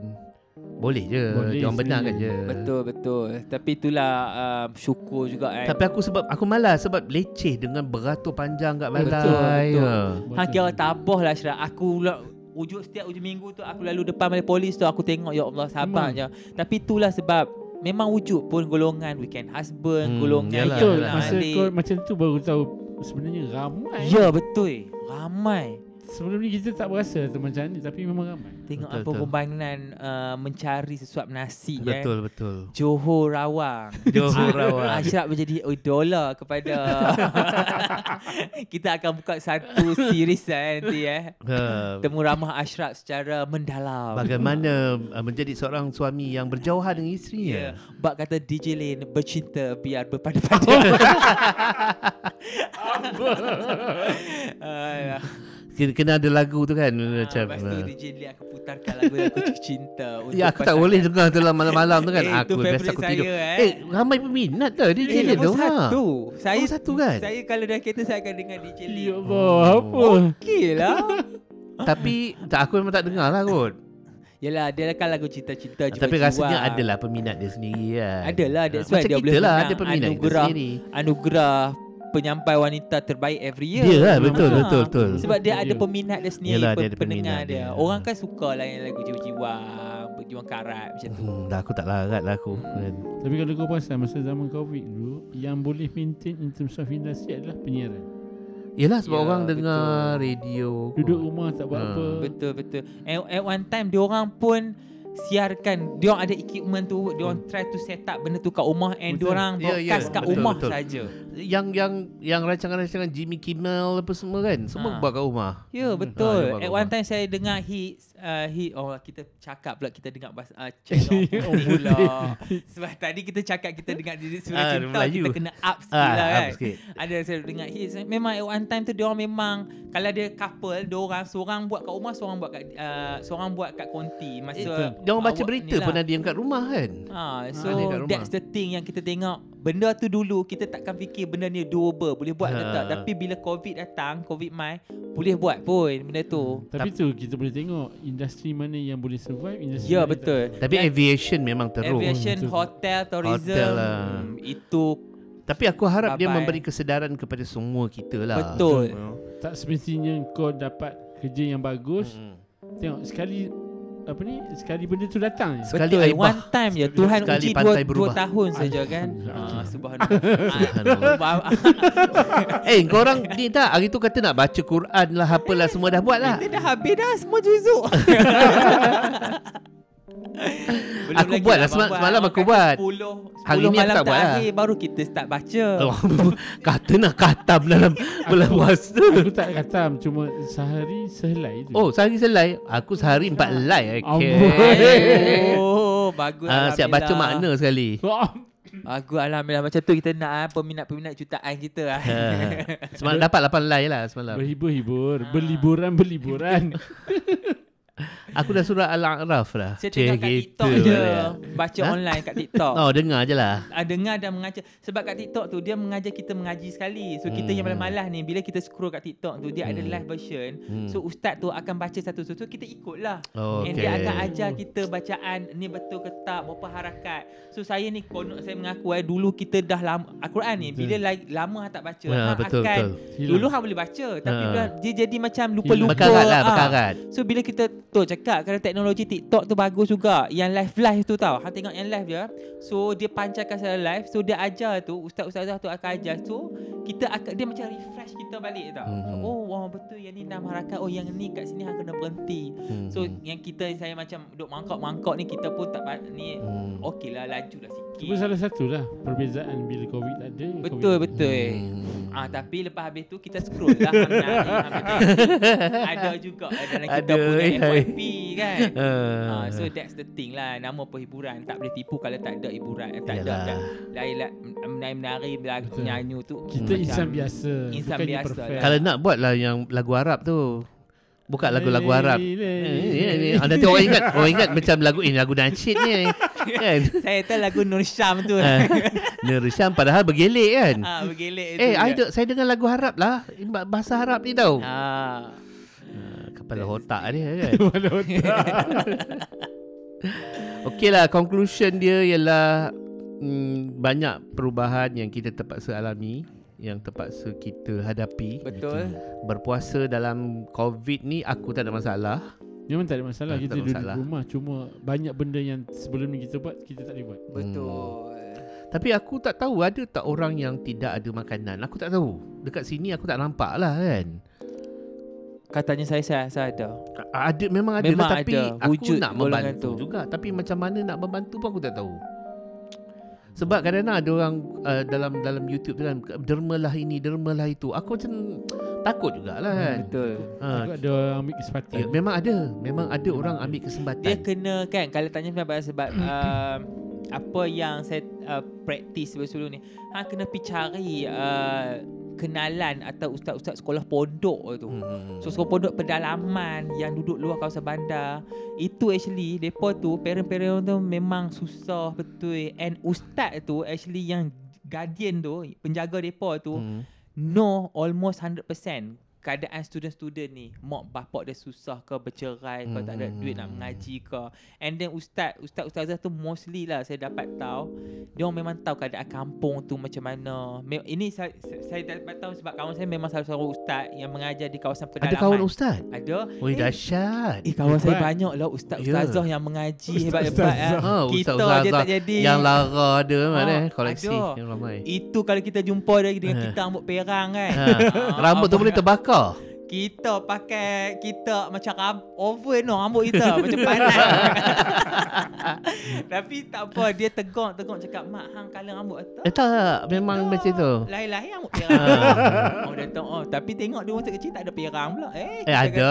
S1: Boleh je.
S2: Boleh
S1: Jangan benarkan
S2: sebenarnya.
S1: je.
S3: Betul betul. Tapi itulah um, syukur juga kan.
S1: Tapi aku sebab aku malas sebab leceh dengan beratur panjang kat balai.
S3: betul. eh?
S1: Ha.
S3: hang kira tabah lah Syirah. Aku lah Ujuk setiap hujung minggu tu Aku lalu depan balai polis tu Aku tengok Ya Allah sabar
S2: Memang.
S3: je Tapi itulah sebab Memang wujud pun golongan Weekend
S1: Hmm,
S3: husband Golongan
S1: yalah,
S2: Betul
S1: Yalah,
S2: Masa
S3: alik.
S2: kau macam tu baru tahu Sebenarnya ramai
S3: Ya betul Ramai
S2: Sebelum ni kita tak berasa tu macam ni Tapi memang ramai
S1: Betul,
S3: Tengok betul, apa
S1: betul.
S3: perkembangan uh, Mencari sesuap nasi
S1: Betul
S3: kan
S1: betul.
S3: Johor Rawang
S1: Johor
S3: Ah,
S1: Rawang.
S3: Ashraf menjadi idola kepada Kita akan buka satu series eh, nanti eh
S1: Ha.
S3: Temu ramah Ashraf secara mendalam
S1: Bagaimana uh, menjadi seorang suami yang berjauhan dengan ya? isterinya? Yeah.
S3: Bak kata DJ Lin bercinta biar berpada-pada. Apa?
S1: Kena, kena ada lagu tu kan uh, macam.
S3: Ah, Lepas tu
S1: Uh,
S3: DJ Lin akan putarkan lagu yang aku cinta. untuk
S1: ya aku tak
S3: pasangan.
S1: boleh dengar tu lah malam-malam tu kan.
S3: Eh,
S1: aku
S3: tu
S1: biasa
S3: favourite
S1: aku tidur.
S3: saya,
S1: Eh
S3: eh.
S1: ramai peminat tau dia
S3: Eh,
S1: jadi
S3: nombor
S1: tu. ha.
S3: satu. Saya
S1: Nombor satu kan?
S3: Saya kalau dah kereta saya akan dengar DJ Lin.
S2: Ya Allah Apa
S3: Okey lah.
S1: Tapi tak aku memang tak dengar lah kot.
S3: Yelah dia kan lagu cinta-cinta
S1: Ah, Tapi
S3: jiwa-jiwa.
S1: rasanya adalah peminat dia sendiri kan.
S3: Adalah,
S1: Ah,
S3: that's why
S1: Macam
S3: dia
S1: kita
S3: boleh
S1: lah ada
S3: menang
S1: peminat kita
S3: anugerah.
S1: sendiri.
S3: anugerah penyampai wanita terbaik every year.
S1: Ya lah, betul,
S3: Ah.
S1: betul, betul.
S3: Sebab dia
S2: Betul
S3: ada
S2: you.
S3: peminat dia sendiri,
S1: Yelah,
S3: Yalah,
S1: dia
S3: dia
S1: ada
S3: pendengar
S1: peminat
S3: dia.
S1: dia.
S3: Orang kan suka lah yang lagu jiwa-jiwa, berjuang karat macam tu.
S1: Hmm, dah aku tak larat lah aku. Kan.
S2: Tapi kalau kau perasan Masa zaman covid dulu Yang boleh maintain In terms of industri Adalah penyiaran
S1: Yelah sebab
S3: Ya,
S1: orang
S3: betul.
S1: dengar radio.
S3: Oh.
S1: kot.
S2: Duduk rumah tak
S3: Ah,
S2: buat
S1: Ha.
S2: apa
S3: Betul betul. At, at one time dia orang pun siarkan dia orang ada equipment tu dia orang try to set up benda tu kat rumah and dia
S2: Betul.
S3: orang
S1: Hmm. Ya, ya,
S3: broadcast kat
S1: betul,
S3: rumah
S1: betul. Hmm.
S3: saja.
S1: Yang yang yang rancangan-rancangan Jimmy Kimmel apa semua kan. Semua
S3: Ah.
S1: buat kat rumah. Ah,
S3: Ya
S1: dia
S3: betul.
S1: buat
S3: At
S1: rumah.
S3: one time saya dengar he uh, he oh kita cakap pula kita dengar bahasa uh, channel
S2: Oh,
S3: oh, pula. Sebab tadi kita cakap kita dengar diri
S1: Ah,
S3: surat cinta
S1: Melayu.
S3: kita kena up sikit
S1: Ah,
S3: lah
S1: up
S3: kan.
S1: sikit.
S3: Ada saya dengar he memang at one time tu dia orang memang kalau dia couple dia orang seorang buat kat rumah seorang buat kat uh, seorang buat kat konti masa
S1: Eh, dia orang baca
S3: awak
S1: berita
S3: ni lah.
S1: pun ada yang kat rumah kan.
S3: Ha, so
S1: ada kat rumah.
S3: that's the thing yang kita tengok Benda tu dulu kita takkan fikir benda ni doable Boleh buat ke
S1: Ha.
S3: tak Tapi bila covid datang, covid mai Boleh buat pun benda tu
S2: Tapi tu kita boleh tengok Industri mana yang boleh survive industri
S3: Ya
S2: mana yang tak.
S3: betul
S1: Tapi aviation memang teruk.
S3: Aviation,
S2: Betul.
S3: hotel, tourism
S1: Hotel lah.
S3: hmm, Itu
S1: Tapi aku harap dia
S3: Bye-bye.
S1: memberi kesedaran kepada semua kita lah.
S3: Betul.
S2: Tak semestinya kau dapat Kerja yang bagus
S1: Hmm.
S2: Tengok sekali Apa ni Sekali benda tu datang je.
S1: Sekali
S3: betul
S1: aibah.
S3: One time je Tuhan
S1: sekali
S3: uji
S1: pantai
S3: dua, dua
S1: berubah. Ah.
S3: tahun saja kan
S2: Alhamdulillah.
S3: ha, Subhanallah Ah,
S1: Eh korang ni tak Hari tu kata nak baca Quran lah Apalah semua dah buat lah
S3: Kita dah habis dah Semua juzuk Belum
S1: Aku
S3: lagi
S1: buat lah,
S3: abang
S1: semalam- semalam
S3: Abang
S1: aku
S3: kata
S1: buat.
S3: 10
S1: Hari
S3: 10
S1: ni aku
S3: malam
S1: tak buat lah.
S3: terakhir Baru kita start baca
S1: Oh, Kata nak katam dalam bulan
S3: Hmm.
S1: puasa
S2: Aku tak katam Cuma sehari sehelai tu
S1: Oh sehari selai Aku sehari empat
S3: Ya.
S1: lai Okay
S2: Amboi.
S3: Oh Bagus
S1: Ah, siap baca
S3: Alhamdulillah.
S1: makna sekali
S2: Faham?
S3: Bagus Alhamdulillah Macam tu kita nak ah, Peminat-peminat jutaan kita ah.
S1: Ha. Semalam dapat 8 lai lah semalam
S3: Ah.
S2: Berhibur-hibur Berliburan-berliburan
S1: Aku dah surah Al-A'raf dah.
S3: Saya
S1: Cik,
S3: tengok kat
S1: gitu
S3: TikTok je.
S1: balik.
S3: Baca
S1: Ha?
S3: online kat TikTok.
S1: Oh, dengar je lah.
S3: Ah, dengar dan mengajar sebab kat TikTok tu dia mengajar kita mengaji sekali. So kita yang
S1: Hmm.
S3: malas-malas ni bila kita scroll kat TikTok tu dia ada
S1: Hmm.
S3: live version.
S1: Hmm.
S3: So ustaz tu akan baca satu-satu kita ikutlah.
S1: oh,
S3: Okay. And
S1: okay.
S3: dia akan ajar kita bacaan ni betul ke tak, berapa harakat. So saya ni konon saya mengaku eh dulu kita dah lama Al-Quran ni
S2: Betul.
S3: bila lagi, lama hang tak baca,
S1: Ha,
S3: hang
S1: Hmm. betul,
S3: akan
S1: betul.
S2: Hilang.
S3: dulu hang boleh baca tapi
S1: Ha.
S3: bila dia jadi macam lupa-lupa.
S1: Berkarat lah,
S3: ah.
S1: berkarat.
S3: So bila kita tu cakap kerana teknologi TikTok tu bagus juga. Yang live-live tu tau. Hang tengok yang live dia. So dia pancarkan secara live. So dia ajar tu ustaz-ustazah tu akan ajar. So kita akan dia macam refresh kita balik tau.
S1: Mhm.
S3: Mm-hmm. Oh wow betul yang ni enam harakat. Oh yang ni kat sini hang kena berhenti.
S1: Hmm.
S3: So yang kita saya macam duk mangkok-mangkok ni kita pun tak ba- ni
S1: Hmm.
S3: okey lah laju lah sikit.
S2: Itu salah satu lah Perbezaan bila COVID ada
S3: Betul
S2: COVID
S3: betul.
S1: Hmm.
S3: Ah tapi lepas habis tu kita scroll lah hang nak ni, hang nak ni. ada juga dalam kita
S1: Ada,
S3: punya
S1: eh, hai.
S3: FYP kan.
S1: Uh,
S3: Ah, so that's the thing lah Nama pun hiburan Tak boleh tipu kalau tak ada hiburan eh, Tak
S1: Yalah.
S3: ada Lain lah Menari-menari lagu
S2: Betul.
S3: Nyanyi tu
S2: Kita
S3: Hmm, macam-
S2: insan biasa
S3: insan
S2: Bukannya
S3: biasa
S2: perfect
S3: lah.
S1: kalau nak buat lah yang lagu Arab tu. Buka lagu-lagu Arab. Eh, eh, eh, ah, Nanti orang ingat Orang ingat macam lagu Ini lagu Nasyid ni Kan
S3: Saya tahu lagu Nur Syam tu
S1: Ah, Nur Syam padahal bergelek kan
S3: Eh. ah, Bergelek tu
S1: Eh
S3: juga.
S1: I duk, saya dengar lagu Arab lah Ba- Bahasa Arab ni tau
S3: ah.
S1: Ah, Kepala otak dia kan
S2: Kepala otak
S1: Okey lah Conclusion dia ialah mm, Banyak perubahan yang kita terpaksa alami Yang terpaksa kita hadapi
S3: Betul
S1: Hmm. Berpuasa dalam COVID ni Aku tak ada masalah
S2: Memang tak ada masalah
S1: Tak, Ah, tak
S2: Kita
S1: ada
S2: duduk
S1: masalah.
S2: rumah Cuma banyak benda yang sebelum ni kita buat Kita tak boleh buat
S3: Betul
S1: Tapi aku tak tahu ada tak orang yang tidak ada makanan. Aku tak tahu. Dekat sini aku tak nampak lah kan.
S3: Katanya saya saya, saya ada
S1: A- Ada memang ada
S3: Memang
S1: lah, tapi
S3: ada.
S1: aku
S3: Wujud
S1: nak
S3: golongan
S1: membantu
S3: tu.
S1: juga. Tapi macam mana nak membantu pun aku tak tahu. Sebab kadang-kadang ada orang uh, dalam dalam YouTube tu kan dermalah ini dermalah itu. Aku macam takut jugalah kan.
S3: Hmm, Betul
S1: Ha,
S2: Takut ada orang ambil kesempatan
S1: ya, memang ada. Memang ada orang ambil kesempatan.
S3: Dia kena kan Kalau tanya pendapat saya sebab um, Apa yang saya uh, Praktis sebelum ni Hang kena pergi cari uh, Kenalan Atau ustaz-ustaz sekolah pondok tu
S1: Hmm.
S3: So sekolah pondok pedalaman yang duduk luar kawasan bandar Itu actually Mereka tu parent-parent tu memang susah betul And ustaz tu actually yang guardian tu Penjaga mereka tu
S1: Hmm.
S3: know almost 100% keadaan student-student ni mak bapak dia susah ke bercerai ke tak ada
S1: Hmm.
S3: duit nak mengaji ke and then ustaz ustaz ustazah tu mostly lah saya dapat tahu dia orang memang tahu keadaan kampung tu macam mana Me- ini saya, saya saya dapat tahu sebab kawan saya memang salah seorang ustaz yang mengajar di kawasan
S1: Ada
S3: pedalaman
S1: kawan ustaz.
S3: ada
S1: Oi dahsyat.
S3: Eh kawan saya
S2: Hebat.
S3: banyak lah
S1: Ya.
S3: ustaz-ustazah yang mengaji hebat-hebat
S2: Ustaz-ustazah.
S3: eh.
S1: Ha,
S3: Kita
S1: ustaz-ustazah
S3: aja tak jadi
S1: Yang lara ada
S3: Ha,
S1: mana eh, koleksi
S3: ada.
S1: yang ramai.
S3: Itu kalau kita jumpa dia dengan
S1: Ha.
S3: kita rambut perang kan
S1: Ha,
S3: Ah,
S1: rambut tu
S3: abang-
S1: boleh terbakar.
S3: Kita pakai kita macam ram- oven no rambut kita macam panas. Tapi tak apa dia tegur tegur cakap mak hang kala rambut atas.
S1: Eh tak, memang macam tu. Ah.
S3: Lain-lain rambut pirang. oh dia tahu. Oh, tapi tengok dia masa kecil tak ada pirang pula. Eh,
S1: Eh ada,
S3: kita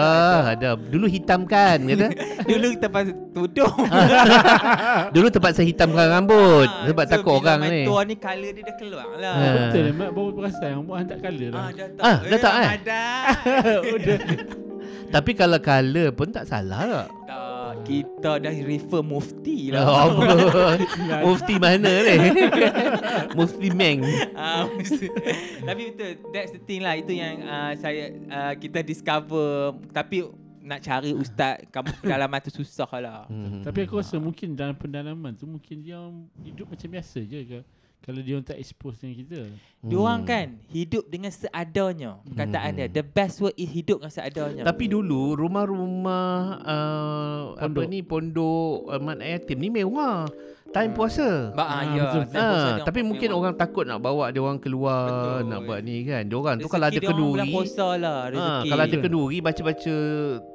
S1: ada. Dulu hitam kan kata.
S3: Dulu kita pasal tudung.
S1: Ah, Dulu terpaksa hitamkan rambut sebab
S3: Ah, So,
S1: takut
S3: bila
S1: orang
S3: main
S1: ni.
S3: Tuan ni kala dia dah keluar lah.
S1: Ha.
S2: Betul lah Mak baru perasan Mak hang tak colour lah
S3: Ah,
S1: Ah, dah
S3: dah tak.
S1: tak, eh?
S3: Ada.
S2: Udah
S1: Tapi kalau colour pun tak
S3: Ya
S1: salah tak.
S3: tak. Kita dah refer mufti lah.
S1: Oh, apa? Mufti mana ni? Mufti Meng.
S3: Ah, mesti- Tapi betul That's the thing lah Itu yang uh, saya uh, Kita discover Tapi nak cari ustaz Kamu pedalaman tu susah lah
S1: Hmm.
S2: Tapi aku rasa mungkin dalam pendalaman tu Mungkin dia orang hidup macam biasa je ke Kalau dia orang tak expose dengan kita
S1: Hmm.
S3: Diorang kan Hidup dengan seadanya Perkataan dia The best word is hidup dengan seadanya
S1: Hmm. Tapi dulu rumah-rumah uh, apa
S2: Pondok.
S1: ni ponduk uh, mat yatim ni mewah. Time puasa.
S3: Ba- ah,
S2: Ah,
S3: ya,
S2: betul.
S3: saya puasa
S1: Ha,
S3: dia
S1: tapi mungkin orang takut nak bawa dia orang keluar
S3: Betul.
S1: nak buat ni kan. Dia orang tu
S3: Rezeki
S1: kalau ada
S3: dia orang bulan
S1: kenduri.
S3: puasa lah
S1: Ha,
S3: rezeki.
S1: kalau ada
S2: Betul.
S1: kenduri baca-baca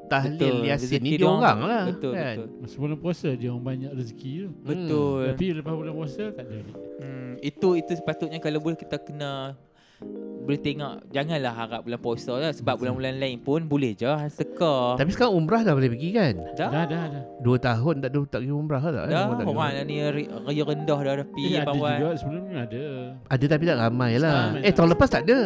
S1: tahlil
S3: Betul,
S1: yasin
S3: rezeki
S1: ni dia
S3: dia
S1: orang
S3: orang.
S1: lah.
S3: Betul,
S1: kan?
S3: betul.
S2: Masa bulan puasa dia orang banyak rezeki tu
S3: Betul
S2: Tapi lepas bulan puasa tak ada ni
S3: Hmm, itu itu sepatutnya kalau boleh kita kena boleh tengok janganlah harap bulan puasa lah sebab bulan-bulan lain pun boleh je hang seka.
S1: Tapi sekarang umrah dah boleh pergi kan?
S3: Dah
S2: Dah dah dah
S1: Dua tahun tak ada tak pergi umrah lah tak? eh?
S3: dah
S1: Orang tak pergi
S3: orang ni re- raya rendah dah ada
S2: Eh,
S3: pi
S2: Ada
S3: bawah.
S2: juga sebelum ni ada
S1: Ada tapi tak ramai lah.
S2: Ramai
S1: eh
S2: lah.
S1: tahun lepas tak ada.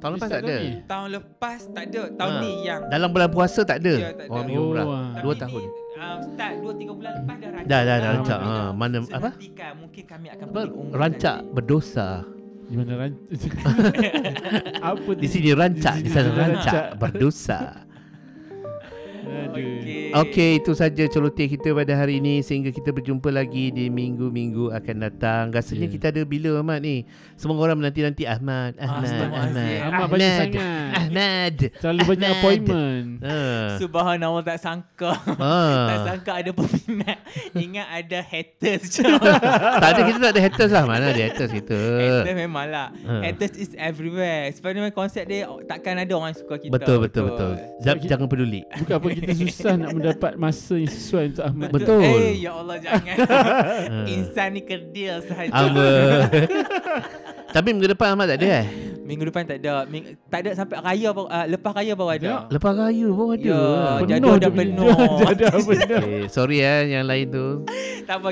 S1: Tahun lepas tak
S2: Ustaz
S1: ada.
S2: Nabi.
S3: Tahun lepas tak ada. Tahun
S1: Ha.
S3: ni yang
S1: Dalam bulan puasa tak ada.
S3: Ya, tak ada.
S1: Orang pergi
S2: Oh,
S1: umrah.
S2: ah.
S1: Dua
S3: Tapi
S1: tahun.
S3: Ni, uh, start 2 3 bulan lepas dah rancak.
S1: Dah dah dah
S2: Ah,
S1: rancak.
S2: dah.
S1: Ha, mana
S3: So,
S1: apa?
S3: nantikan mungkin kami akan
S1: Apa?
S3: pergi umrah
S1: Rancak berdosa.
S2: Di mana rancak? Apa tu?
S1: Di sini rancak,
S2: Di
S1: di
S2: sini
S1: sana
S2: rancak.
S1: rancak berdosa.
S2: Aduh.
S3: Okey.
S1: Okey, itu saja celoteh kita pada hari ini sehingga kita berjumpa lagi di minggu-minggu akan datang. Rasanya
S2: Ya.
S1: kita ada bila Ahmad ni. Semua orang menanti-nanti Ahmad, Ahmad, Ahmad.
S3: Astaghfirullahalazim.
S2: Amat banyak sangat.
S1: Ahmad.
S2: Terlalu banyak
S1: Ahmad.
S2: appointment.
S1: Ah.
S3: Subhanallah tak sangka. tak
S1: Ah.
S3: sangka ada peminat. Ingat ada haters je.
S1: tak ada kita tak ada haters lah. Mana ada haters kita.
S3: Haters memang lah.
S1: Ah.
S3: Haters is everywhere. Sebab ni memang konsep dia takkan ada orang yang suka kita.
S1: Betul betul betul. Ja-
S2: Okey.
S1: Jangan peduli.
S2: Bukan apa kita susah nak mendapat masa yang sesuai untuk Ahmad.
S1: Betul.
S3: Eh, ya Allah jangan. Insan ni kerdil sahaja.
S1: Ama. Ha. Tapi minggu depan Ahmad tak ada eh?
S3: Minggu depan tak ada. Ming, tak ada sampai raya baru- ah, lepas raya baru ada.
S1: Lepas raya pun ada.
S3: Ya,
S1: lah.
S3: jadi
S2: Penuh
S3: ada
S2: dia punya-
S3: penuh.
S2: Jadi ada penuh.
S1: Okay, sorry eh yang lain tu.
S3: tak apa.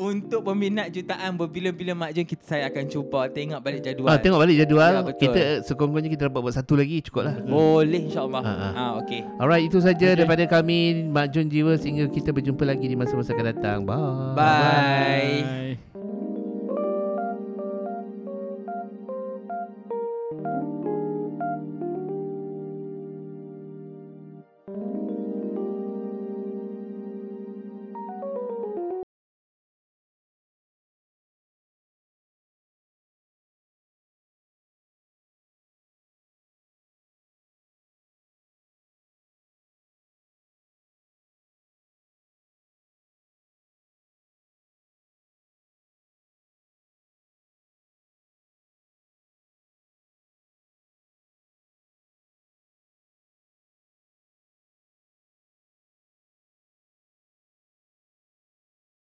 S3: Untuk peminat jutaan berbila-bila Mak Jun kita saya akan cuba tengok balik jadual.
S1: Ah, tengok balik jadual.
S3: Ya, betul.
S1: kita sekurang-kurangnya kita dapat buat satu lagi cukup lah.
S3: Boleh insya-Allah.
S1: Ah,
S3: Ha,
S1: ah.
S3: ha. okey.
S1: Alright, itu saja
S2: Okay.
S1: okay. daripada kami Mak Jun Jiwa sehingga kita berjumpa lagi di masa-masa akan datang. Bye.
S3: Bye.
S2: Bye.